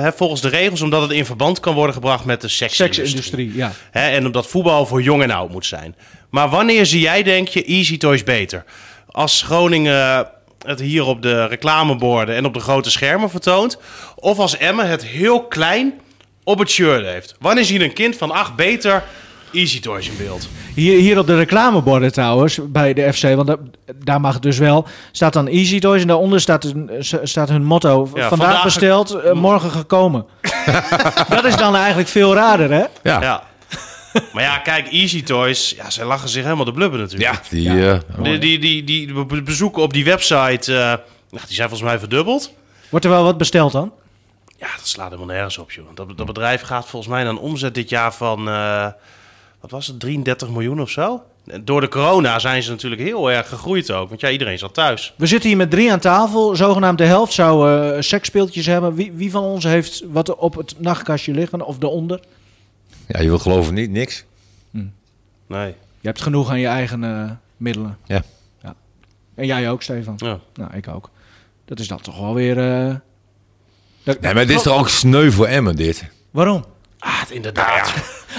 S4: hè, volgens de regels, omdat het in verband kan worden gebracht met de seksindustrie.
S2: Seksindustrie, ja.
S4: Hè, en omdat voetbal voor jong en oud moet zijn. Maar wanneer zie jij, denk je, Easy Toys beter? Als Groningen het hier op de reclameborden en op de grote schermen vertoont? Of als Emmen het heel klein op het shirt heeft? Wanneer zien een kind van acht beter Easy Toys in beeld?
S2: Hier, hier op de reclameborden trouwens, bij de FC, want da- daar mag het dus wel, staat dan Easy Toys en daaronder staat, hun- s- staat hun motto. vandaag,
S4: vandaag-
S2: besteld, eh, morgen gekomen. dat is dan eigenlijk veel raarder, hè?
S3: ja.
S4: Ja. maar ja, kijk, Easy Toys, ja, zij lachen zich helemaal de blubber natuurlijk.
S3: Ja, die, eh,
S4: De, die, die, die be- be- bezoeken op die website, eh, nou, die zijn volgens mij verdubbeld.
S2: Wordt er wel wat besteld dan?
S4: Ja, dat slaat helemaal nergens op, joh. Dat, dat bedrijf gaat volgens mij naar een omzet dit jaar van, eh, wat was het, 33 miljoen of zo? En Door de corona zijn ze natuurlijk heel erg gegroeid ook, want ja, iedereen zat thuis.
S2: We zitten hier met drie aan tafel. Zogenaamd de helft zou eh seksspeeltjes hebben. Wie, wie van ons heeft wat op het nachtkastje liggen of daaronder?
S3: ja, je wil geloven niet, niks.
S4: Nee.
S2: Je hebt genoeg aan je eigen eh, middelen.
S3: Ja.
S2: ja. En jij ook, Stefan?
S4: Ja.
S2: Nou, ik ook. Dat is dan toch wel weer... eh, dat-
S3: Nee, maar dit is toch ook sneu voor Emmen, dit?
S2: Waarom?
S4: Ah, inderdaad.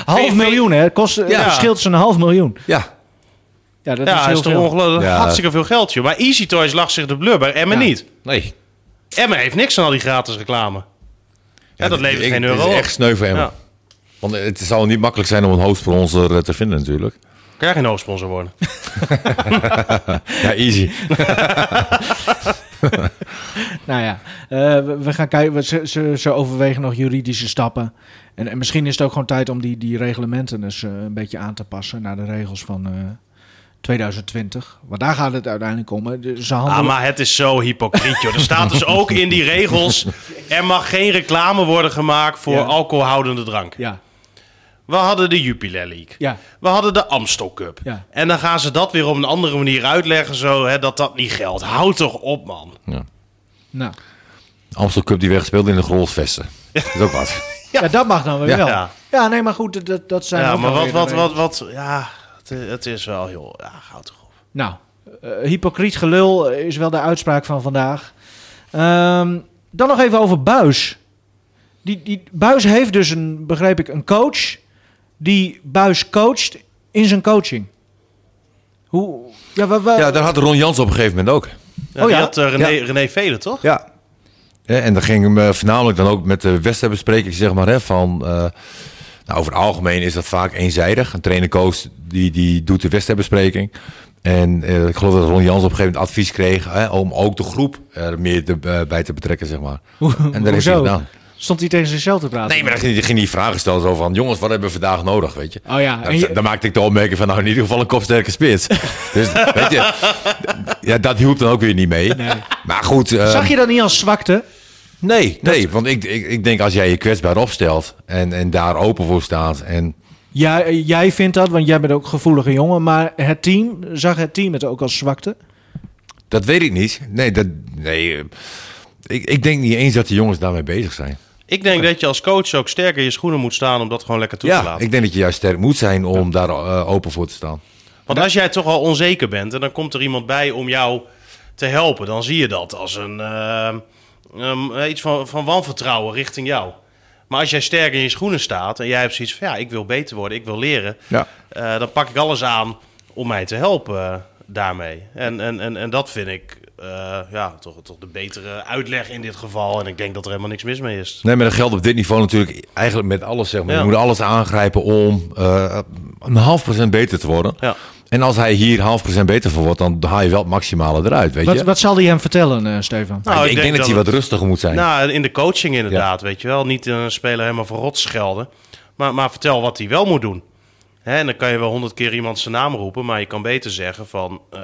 S2: Half
S4: Vind je-
S2: miljoen, hè? Kost, eh,
S3: Ja.
S2: scheelt ze een half miljoen.
S3: Ja.
S2: Ja, dat
S4: Ja,
S2: is
S4: dat
S2: heel
S4: is, toch
S2: veel.
S4: ongelooflijk.
S3: Ja.
S4: Hartstikke veel geld, joh. Maar Easy Toys lacht zich de blubber, Emma
S2: Ja.
S4: niet.
S3: Nee.
S4: Emma heeft niks aan al die gratis reclame. Ja, dat levert geen euro
S3: Het is
S4: op.
S3: echt sneu voor Emmen.
S4: Ja.
S3: Want het zal niet makkelijk zijn om een hoofdsponsor eh, te vinden natuurlijk.
S4: Kan jij geen hoofdsponsor worden?
S3: Ja, easy.
S2: Nou ja, eh, we, we gaan kijken. we- Ze, ze, ze overwegen nog juridische stappen. En, en misschien is het ook gewoon tijd om die, die reglementen eens eh, een beetje aan te passen naar de regels van eh, 2020. Want daar gaat het uiteindelijk om. hè. De- Ze handelen...
S4: Ah, maar het is zo hypocriet, joh. Er staat dus ook in die regels... er mag geen reclame worden gemaakt voor
S2: Ja.
S4: alcoholhoudende drank.
S2: Ja,
S4: We hadden de Jupiler League.
S2: ja.
S4: We hadden de Amstel Cup.
S2: Ja.
S4: En dan gaan ze dat weer op een andere manier uitleggen... Zo, hè, dat dat niet geldt. Houd toch op, man.
S2: Nou,
S3: Amstel Cup die werd gespeeld in de Grolsvesten. Dat is ook wat.
S2: ja. dat mag dan weer
S3: Ja.
S2: wel.
S4: Ja.
S2: Ja. nee, maar goed, dat, dat zijn
S4: Ja,
S2: ook
S4: maar
S2: wel
S4: wat,
S2: weer
S4: wat,
S2: de
S4: wat,
S2: regels.
S4: wat... Ja, het, het is wel heel... Ja, houd toch op.
S2: Nou, eh, hypocriet gelul is wel de uitspraak van vandaag. Ehm, dan nog even over Buis. Die, die, Buis heeft dus, een, begreep ik, een coach die Buis coacht in zijn coaching. Hoe? Ja, wa- wa-
S3: Ja, daar had Ron Jans op een gegeven moment ook.
S4: Ja,
S2: Oh
S4: die
S2: ja?
S4: had eh, René,
S3: Ja.
S4: René Velen, toch?
S3: Ja. en dat ging hem eh, voornamelijk dan ook met de wedstrijdbespreking, zeg maar, hè, van... eh, nou, over het algemeen is dat vaak eenzijdig. Een trainer-coach die, die doet de wedstrijdbespreking. En eh, ik geloof dat Ron Jans op een gegeven moment advies kreeg hè, om ook de groep er meer te- eh, bij te betrekken, zeg maar. en dat heeft hij
S2: Hoezo?
S3: gedaan.
S2: Stond hij tegen zichzelf te praten?
S3: Nee, maar dan ging die- ging die vraag gesteld zo van... jongens, wat hebben we vandaag nodig, weet je?
S2: Oh ja,
S3: Dan,
S2: en je-
S3: dan maakte ik de opmerking van... nou, in ieder geval een kopsterke spits. dus, weet je... Ja, dat hielp dan ook weer niet mee. Maar goed... eh,
S2: Zag je dat niet als zwakte?
S3: Nee, nee want ik, ik, ik denk als jij je kwetsbaar opstelt... en, en daar open voor staat... en
S2: Ja, eh, jij vindt dat, want jij bent ook een gevoelige jongen. Maar het team, zag het team het ook als zwakte?
S3: dat weet ik niet. Nee, dat, nee eh, ik, ik denk niet eens dat de jongens daarmee bezig zijn.
S4: Ik denk dat je als coach ook sterker in je schoenen moet staan om dat gewoon lekker toe te
S3: Ja,
S4: laten.
S3: ik denk dat je juist sterk moet zijn om daar eh, open voor te staan.
S4: Want als jij toch al onzeker bent en dan komt er iemand bij om jou te helpen, dan zie je dat als een ehm, ehm, iets van, van wanvertrouwen richting jou. Maar als jij sterk in je schoenen staat en jij hebt zoiets van ja, ik wil beter worden, ik wil leren,
S3: Ja.
S4: eh, dan pak ik alles aan om mij te helpen eh, daarmee. En, en, en, en dat vind ik eh, ja, toch, toch de betere uitleg in dit geval. En ik denk dat er helemaal niks mis mee is.
S3: Nee, maar dat geldt op dit niveau natuurlijk eigenlijk met alles. Zeg maar.
S4: Ja.
S3: Je moet alles aangrijpen om eh, een half procent beter te worden.
S4: Ja.
S3: En als hij hier half procent beter voor wordt, dan haal je wel het maximale eruit, weet
S2: Wat,
S3: je? Nou,
S2: wat zal hij hem vertellen, eh, Stefan?
S4: Nou,
S3: ik, denk, dat, hij
S4: het-
S3: wat rustiger moet zijn.
S4: Nou, in de coaching inderdaad, weet je wel. Niet een speler helemaal verrot schelden. Maar, maar vertel wat hij wel moet doen. Hè, en dan kan je wel honderd keer iemand zijn naam roepen. Maar je kan beter zeggen van... eh,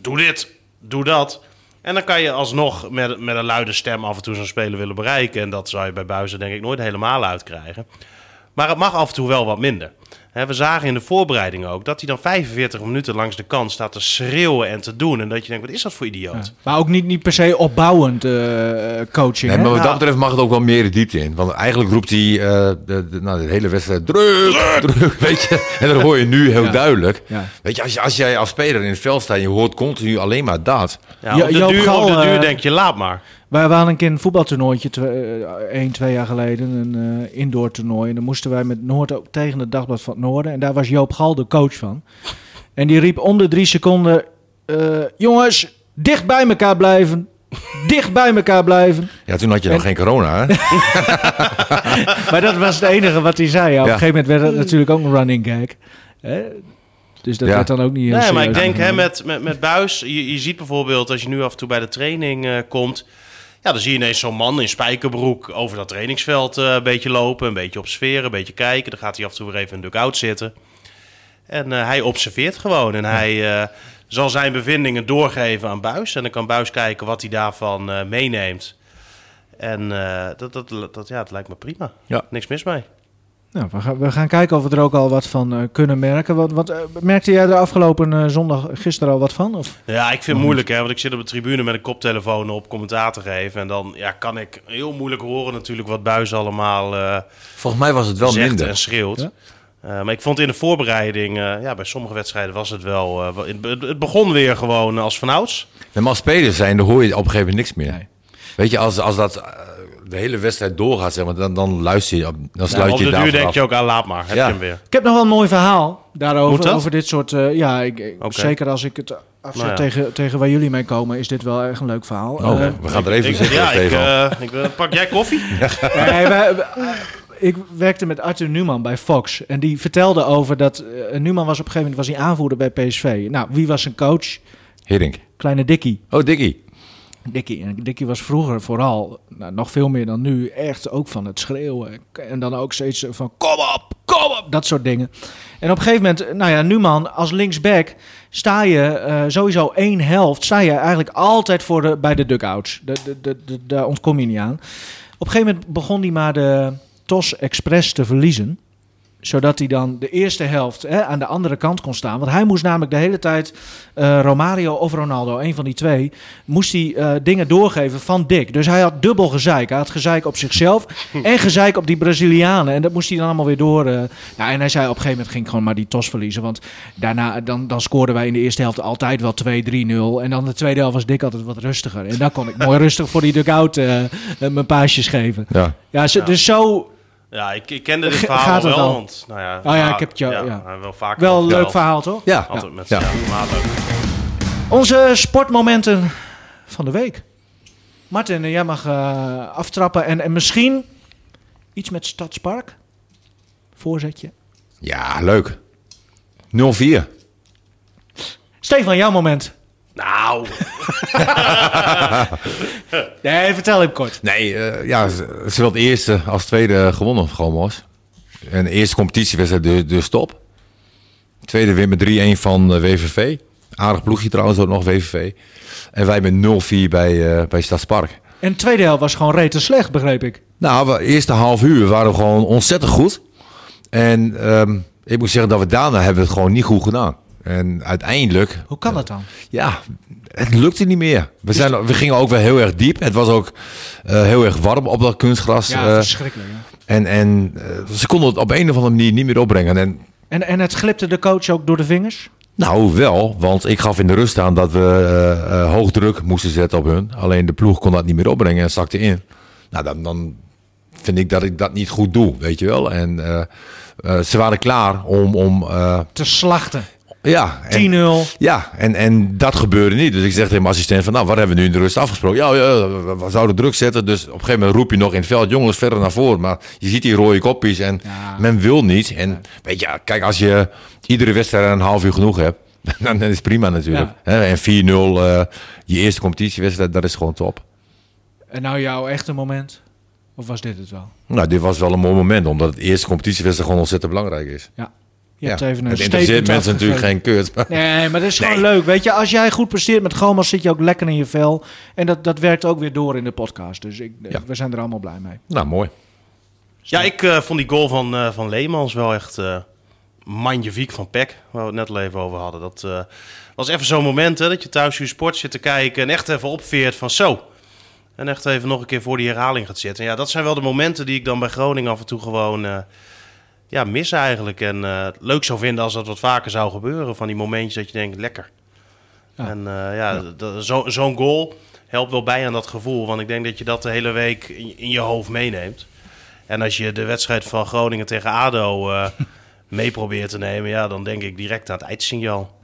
S4: doe dit, doe dat. En dan kan je alsnog met, met een luide stem af en toe zo'n speler willen bereiken. En dat zou je bij Buizen denk ik nooit helemaal uitkrijgen. Maar het mag af en toe wel wat minder. Hè, we zagen in de voorbereiding ook dat hij dan 45 minuten langs de kant staat te schreeuwen en te doen. En dat je denkt, wat is dat voor idioot?
S2: Maar ook niet, niet per se opbouwend eh, eh, coaching.
S3: nee,
S2: hè?
S3: maar wat dat betreft mag het ook wel meer de diepte in. Want eigenlijk roept hij eh, de, de- nou, de hele wedstrijd druk, druk, weet je. En dat hoor je nu heel duidelijk.
S2: Ja.
S3: Weet je, als, je- als jij als speler in het veld staat en je hoort continu alleen maar dat.
S4: Ja,
S2: Ja,
S4: op de,
S2: Joop
S4: duur, op
S2: Gal,
S4: de duur
S2: eh,
S4: denk je, laat maar.
S2: Wij waren een keer een voetbaltoernooitje, twe- eh, één, twee jaar geleden, een eh, indoor toernooi. En dan moesten wij met Noord ook tegen het Dagblad van het Noorden. En daar was Joop Gal de coach van. En die riep om de drie seconden, eh, jongens, dicht bij elkaar blijven. Dicht bij elkaar blijven.
S3: Ja, toen had je nog geen corona, hè?
S2: Maar dat was het enige wat hij zei. Ja, op
S3: Ja.
S2: een gegeven moment werd het natuurlijk ook een running gag. Hè? Dus dat
S3: Ja.
S2: werd dan ook niet heel
S4: Nee, maar ik
S2: serieus
S4: denk hè,
S2: genomen.
S4: met, met, met Buis, je, je ziet bijvoorbeeld als je nu af en toe bij de training eh, komt. Ja, dan zie je ineens zo'n man in spijkerbroek over dat trainingsveld eh, een beetje lopen. Een beetje observeren, een beetje kijken. Dan gaat hij af en toe weer even in de dugout zitten. En eh, hij observeert gewoon. En hij eh, zal zijn bevindingen doorgeven aan Buis. En dan kan Buis kijken wat hij daarvan eh, meeneemt. En eh, dat, dat, dat, ja, dat lijkt me prima.
S3: Ja.
S4: Niks mis mee.
S2: Nou, we, gaan, we gaan kijken of we er ook al wat van eh, kunnen merken. Wat, wat, eh, merkte jij er afgelopen eh, zondag gisteren al wat van? Of?
S4: Ja, ik vind het moeilijk, hè, want ik zit op de tribune met een koptelefoon op commentaar te geven. En dan ja, kan ik heel moeilijk horen natuurlijk wat Buis allemaal eh,
S3: Volgens mij was het wel
S4: zegt
S3: minder.
S4: en schreeuwt.
S2: Ja.
S4: Eh, maar ik vond in de voorbereiding, eh, ja, bij sommige wedstrijden was het wel... eh, wel- het, het begon weer gewoon als vanouds.
S3: En maar als speler zijn, dan hoor je op een gegeven moment niks meer. Weet je, als, als dat eh, de hele wedstrijd doorgaat, zeg maar, dan, dan luister je, op- dan sluit
S4: op
S3: je
S4: de
S3: daarvan
S4: duur denk
S3: af.
S4: je ook, aan laat maar, heb
S3: Ja.
S4: je hem weer.
S2: Ik heb nog wel een mooi verhaal
S4: Moet
S2: daarover.
S4: dat?
S2: Over dit soort. eh, ja, ik, ik-
S4: Oké.
S2: zeker als ik het afzet
S4: Nou ja.
S2: tegen, tegen waar jullie mee komen, is dit wel echt een leuk verhaal.
S3: Oh,
S2: Eh,
S3: we gaan er even
S4: Ik-
S3: zitten.
S4: ja, ik,
S3: Stefan.
S4: eh, ik, eh, pak jij koffie?
S2: nee, wij- wij- eh, ik werkte met Arthur Newman bij Fox. En die vertelde over dat. eh, Newman was op een gegeven moment was hij aanvoerder bij PSV. Nou, wie was zijn coach?
S3: Hiddink.
S2: Kleine Dikkie.
S3: Oh, Dikkie.
S2: Dikkie. En Dikkie was vroeger vooral, nou, nog veel meer dan nu, echt ook van het schreeuwen. En dan ook steeds van kom op, kom op, dat soort dingen. En op een gegeven moment, nou ja, Numan, als linksback sta je eh, sowieso één helft, sta je eigenlijk altijd voor de, bij de dugouts. De, de, de, de- daar ontkom je niet aan. Op een gegeven moment begon hij maar de TOS Express te verliezen zodat hij dan de eerste helft hè, aan de andere kant kon staan. Want hij moest namelijk de hele tijd eh, Romario of Ronaldo, een van die twee, moest hij eh, dingen doorgeven van Dick. Dus hij had dubbel gezeik. Hij had gezeik op zichzelf en gezeik op die Brazilianen. En dat moest hij dan allemaal weer door. eh. nou, en hij zei op een gegeven moment ging ik gewoon maar die tos verliezen. Want daarna, dan, dan scoorden wij in de eerste helft altijd wel 2-3-0. En dan de tweede helft was Dick altijd wat rustiger. En dan kon ik mooi rustig voor die dugout eh, eh, mijn paasjes geven.
S3: Ja.
S2: Ja, ze- dus zo
S4: Ja, ik, ik kende dit
S2: Ga-
S4: verhaal
S2: gaat het
S4: wel,
S2: al? Oh
S4: want... Nou ja, nou,
S2: ja, ik heb het jou- ja.
S4: Wel, vaker
S2: wel een leuk
S4: verteld.
S2: verhaal, toch?
S3: Ja.
S4: Altijd met
S3: Ja.
S4: ja. maar leuk.
S2: Onze sportmomenten van de week. Martin, jij mag eh, aftrappen. En, en misschien iets met Stadspark. Voorzetje.
S3: Ja, leuk. 0-4.
S2: Stefan, jouw moment.
S4: Nou,
S2: Nee, vertel hem kort.
S3: Nee, eh, ja, z- zowel het eerste als tweede gewonnen van GOMOS. En de eerste competitiewedstrijd dus, dus top. Tweede win met 3-1 van eh, WVV. Aardig ploegje trouwens ook nog, WVV. En wij met 0-4 bij, eh, bij Stadspark.
S2: En het tweede helft was gewoon rete slecht, begreep ik.
S3: Nou, we, eerste half uur waren we gewoon ontzettend goed. En ehm, ik moet zeggen dat we daarna hebben we het gewoon niet goed gedaan. En uiteindelijk
S2: Hoe kan dat dan?
S3: ja, het lukte niet meer. We, zijn, we gingen ook wel heel erg diep. Het was ook eh, heel erg warm op dat kunstgras.
S2: Ja,
S3: eh,
S2: verschrikkelijk. ja.
S3: en en eh, ze konden het op een of andere manier niet meer opbrengen. En
S2: En, en het glipte de coach ook door de vingers?
S3: nou, wel, want ik gaf in de rust aan dat we eh, eh, hoog druk moesten zetten op hun. Alleen de ploeg kon dat niet meer opbrengen en zakte in. Nou, dan, dan vind ik dat ik dat niet goed doe, weet je wel. En eh, eh, ze waren klaar om... om eh,
S2: Te slachten. 10-0.
S3: ja, en- Ja, en, en dat gebeurde niet. Dus ik zeg tegen mijn assistent van, nou, wat hebben we nu in de rust afgesproken? Ja, ja we, we zouden druk zetten. Dus op een gegeven moment roep je nog in het veld, jongens, verder naar voren. Maar je ziet die rode kopjes en men wil niet. En weet je, ja, kijk, als je iedere wedstrijd een half uur genoeg hebt, dan, dan is het prima natuurlijk. Hè, En 4-0, eh, je eerste competitiewedstrijd, dat is gewoon top.
S2: En nou jouw echte moment? Of was dit het wel?
S3: Nou, dit was wel een mooi moment, omdat het eerste competitiewedstrijd gewoon ontzettend belangrijk is.
S2: Ja. Je
S3: Ja,
S2: hebt even een
S3: het interesseert
S2: statement
S3: mensen natuurlijk
S2: afgegeven.
S3: geen keurt. maar-
S2: Nee, maar dat is gewoon leuk. Weet je, als jij goed presteert met Gomas, zit je ook lekker in je vel. En dat, dat werkt ook weer door in de podcast. Dus ik,
S3: Ja.
S2: we zijn er allemaal blij mee.
S3: Nou, mooi.
S4: ja, ik eh, vond die goal van, eh, van Leemans wel echt eh magnifiek van Peck. Waar we het net al even over hadden. Dat eh, was even zo'n moment hè, dat je thuis je sport zit te kijken en echt even opveert van zo. En echt even nog een keer voor die herhaling gaat zitten. Ja, dat zijn wel de momenten die ik dan bij Groningen af en toe gewoon eh, ja, mis eigenlijk. En eh, het leuk zou vinden als dat wat vaker zou gebeuren. Van die momentjes dat je denkt, lekker.
S2: Ja.
S4: En eh, ja, d- d- zo- zo'n goal helpt wel bij aan dat gevoel. Want ik denk dat je dat de hele week in, in je hoofd meeneemt. En als je de wedstrijd van Groningen tegen ADO eh, mee probeert te nemen... Ja, dan denk ik direct aan het eindsignaal.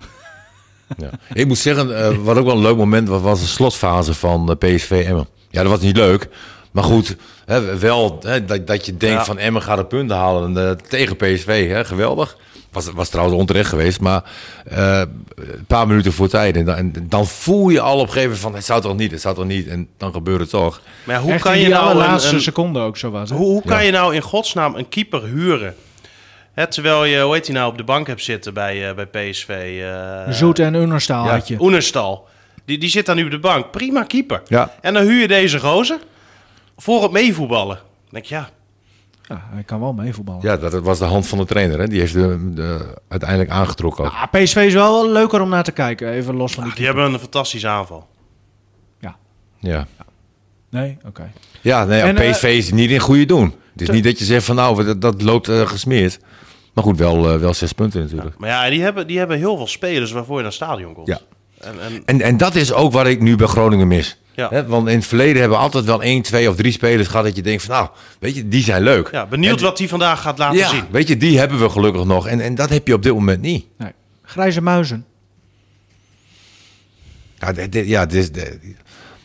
S3: Ja. Ik moet zeggen, eh, wat ook wel een leuk moment was, was de slotfase van eh, PSV Emmen. Ja, dat was niet leuk. Maar goed, hè, wel hè, dat, dat je denkt
S4: Ja.
S3: van Emmen gaat de punten halen eh, tegen PSV. Hè, geweldig. Was, was trouwens onterecht geweest, maar eh, een paar minuten voor tijd. En dan, en dan voel je al op een gegeven moment van het zou toch niet, het zou toch niet. En dan gebeurt het toch.
S4: Maar ja, hoe
S2: Echt
S4: kan
S2: in
S4: je
S2: die
S4: nou
S2: allerlaatste
S4: een, een-
S2: seconde ook zo was. hè?
S4: Hoe, hoe kan je nou in godsnaam een keeper huren? Hè, terwijl je, hoe heet hij nou, op de bank hebt zitten bij, eh, bij PSV. eh,
S2: Zoet en Unnerstaal had je.
S4: Oenerstal. Die, die zit daar nu op de bank. Prima keeper.
S3: Ja.
S4: En dan huur je deze gozer voor het meevoetballen. Dan denk je, ja,
S2: Ja, hij kan wel meevoetballen.
S3: Ja, dat, dat was de hand van de trainer. Hè. Die heeft de, de- uiteindelijk aangetrokken. ook.
S2: Ah, PSV is wel leuker om naar te kijken. Even los van die...
S4: die hebben een fantastische aanval.
S3: Ja.
S2: Nee? Oké.
S3: Ja, nee,
S2: En,
S4: eh,
S3: PSV is niet in goede doen. Het is
S2: te-
S3: niet dat je zegt van nou, dat, dat loopt eh, gesmeerd. Maar goed, wel, eh, wel zes punten natuurlijk.
S4: Maar ja, die hebben, die hebben heel veel spelers waarvoor je naar het stadion komt.
S3: Ja.
S4: En, en,
S3: En, en dat is ook wat ik nu bij Groningen mis.
S4: Ja.
S3: Hè, want in het verleden hebben we altijd wel één, twee of drie spelers gehad dat je denkt van nou, weet je, die zijn leuk.
S4: ja, benieuwd wat die vandaag gaat laten
S3: Ja,
S4: zien.
S3: weet je, die hebben we gelukkig nog. En, en dat heb je op dit moment niet.
S2: Nee. Grijze muizen.
S3: Ja, dit, dit- ja, dit is- dit-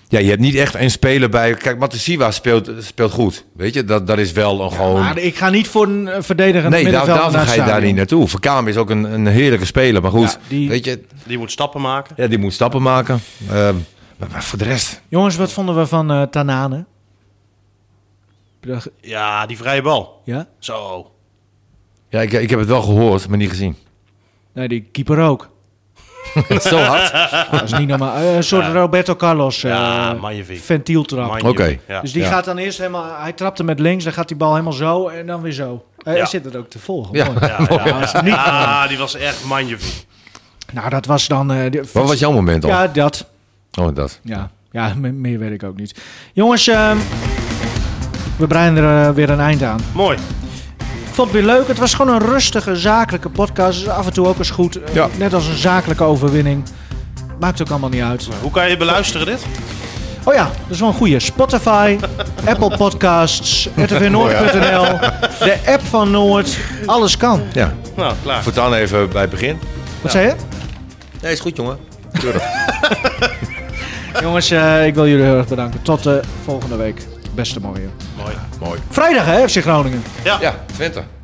S3: ja, je hebt niet echt een speler bij. Kijk, Matasiwa speelt, speelt goed. Weet je, dat, dat is wel een gewoon...
S2: Maar Ah, ik ga niet voor een eh, verdedigend
S3: Oh. Nee, daar,
S2: middenveld
S3: daarvoor
S2: naar
S3: ga
S2: het
S3: je daar
S2: stadion.
S3: niet naartoe. Verkaam is ook een, een heerlijke speler. Maar goed,
S2: Ja, die-
S3: weet je,
S4: Die moet stappen maken.
S3: Ja, die moet stappen maken. Ehm, maar, maar voor de rest.
S2: Jongens, wat vonden we van eh Tanane?
S4: Ja, die vrije bal.
S2: Ja?
S4: Zo.
S3: Ja, ik, ik heb het wel gehoord, maar niet gezien.
S2: Nee, die keeper ook.
S3: Zo hard.
S2: Dat is niet normaal. Eh, een soort Roberto Carlos eh
S4: Ja, magnifiek.
S2: ventiel trap.
S4: Magnifiek.
S3: Oké.
S4: Ja.
S2: Dus die
S3: Ja.
S2: gaat dan eerst helemaal... Hij trapte met links, dan gaat die bal helemaal zo en dan weer zo. Eh, Hij
S4: Ja.
S2: zit het ook te volgen.
S3: Ja.
S2: Mooi.
S4: Ja, ja, ja.
S2: niet-
S4: Ah, die was echt magnifiek.
S2: Nou, dat was dan... eh, de-
S3: Wat was jouw moment al?
S2: Ja, dat.
S3: Oh, dat.
S2: Ja, ja me- meer weet ik ook niet. Jongens, ehm, we breien er eh, weer een eind aan.
S4: Mooi.
S2: Ik vond het weer leuk. Het was gewoon een rustige, zakelijke podcast. Dus af en toe ook eens goed. Eh,
S3: Ja.
S2: Net als een zakelijke overwinning. Maakt ook allemaal niet uit.
S4: Hoe kan je beluisteren dit?
S2: Oh ja, dat is wel een goede. Spotify, Apple Podcasts, rtvnoord.nl, de app van Noord. Alles kan.
S3: Ja.
S4: Nou, klaar.
S3: Voortaan even bij het begin.
S2: Wat zei je?
S3: Nee, is goed, jongen.
S2: Jongens, eh, ik wil jullie heel erg bedanken. Tot de volgende week. Beste mooie.
S4: Mooi.
S3: Mooi.
S2: Vrijdag hè, FC Groningen.
S3: Ja, Twente.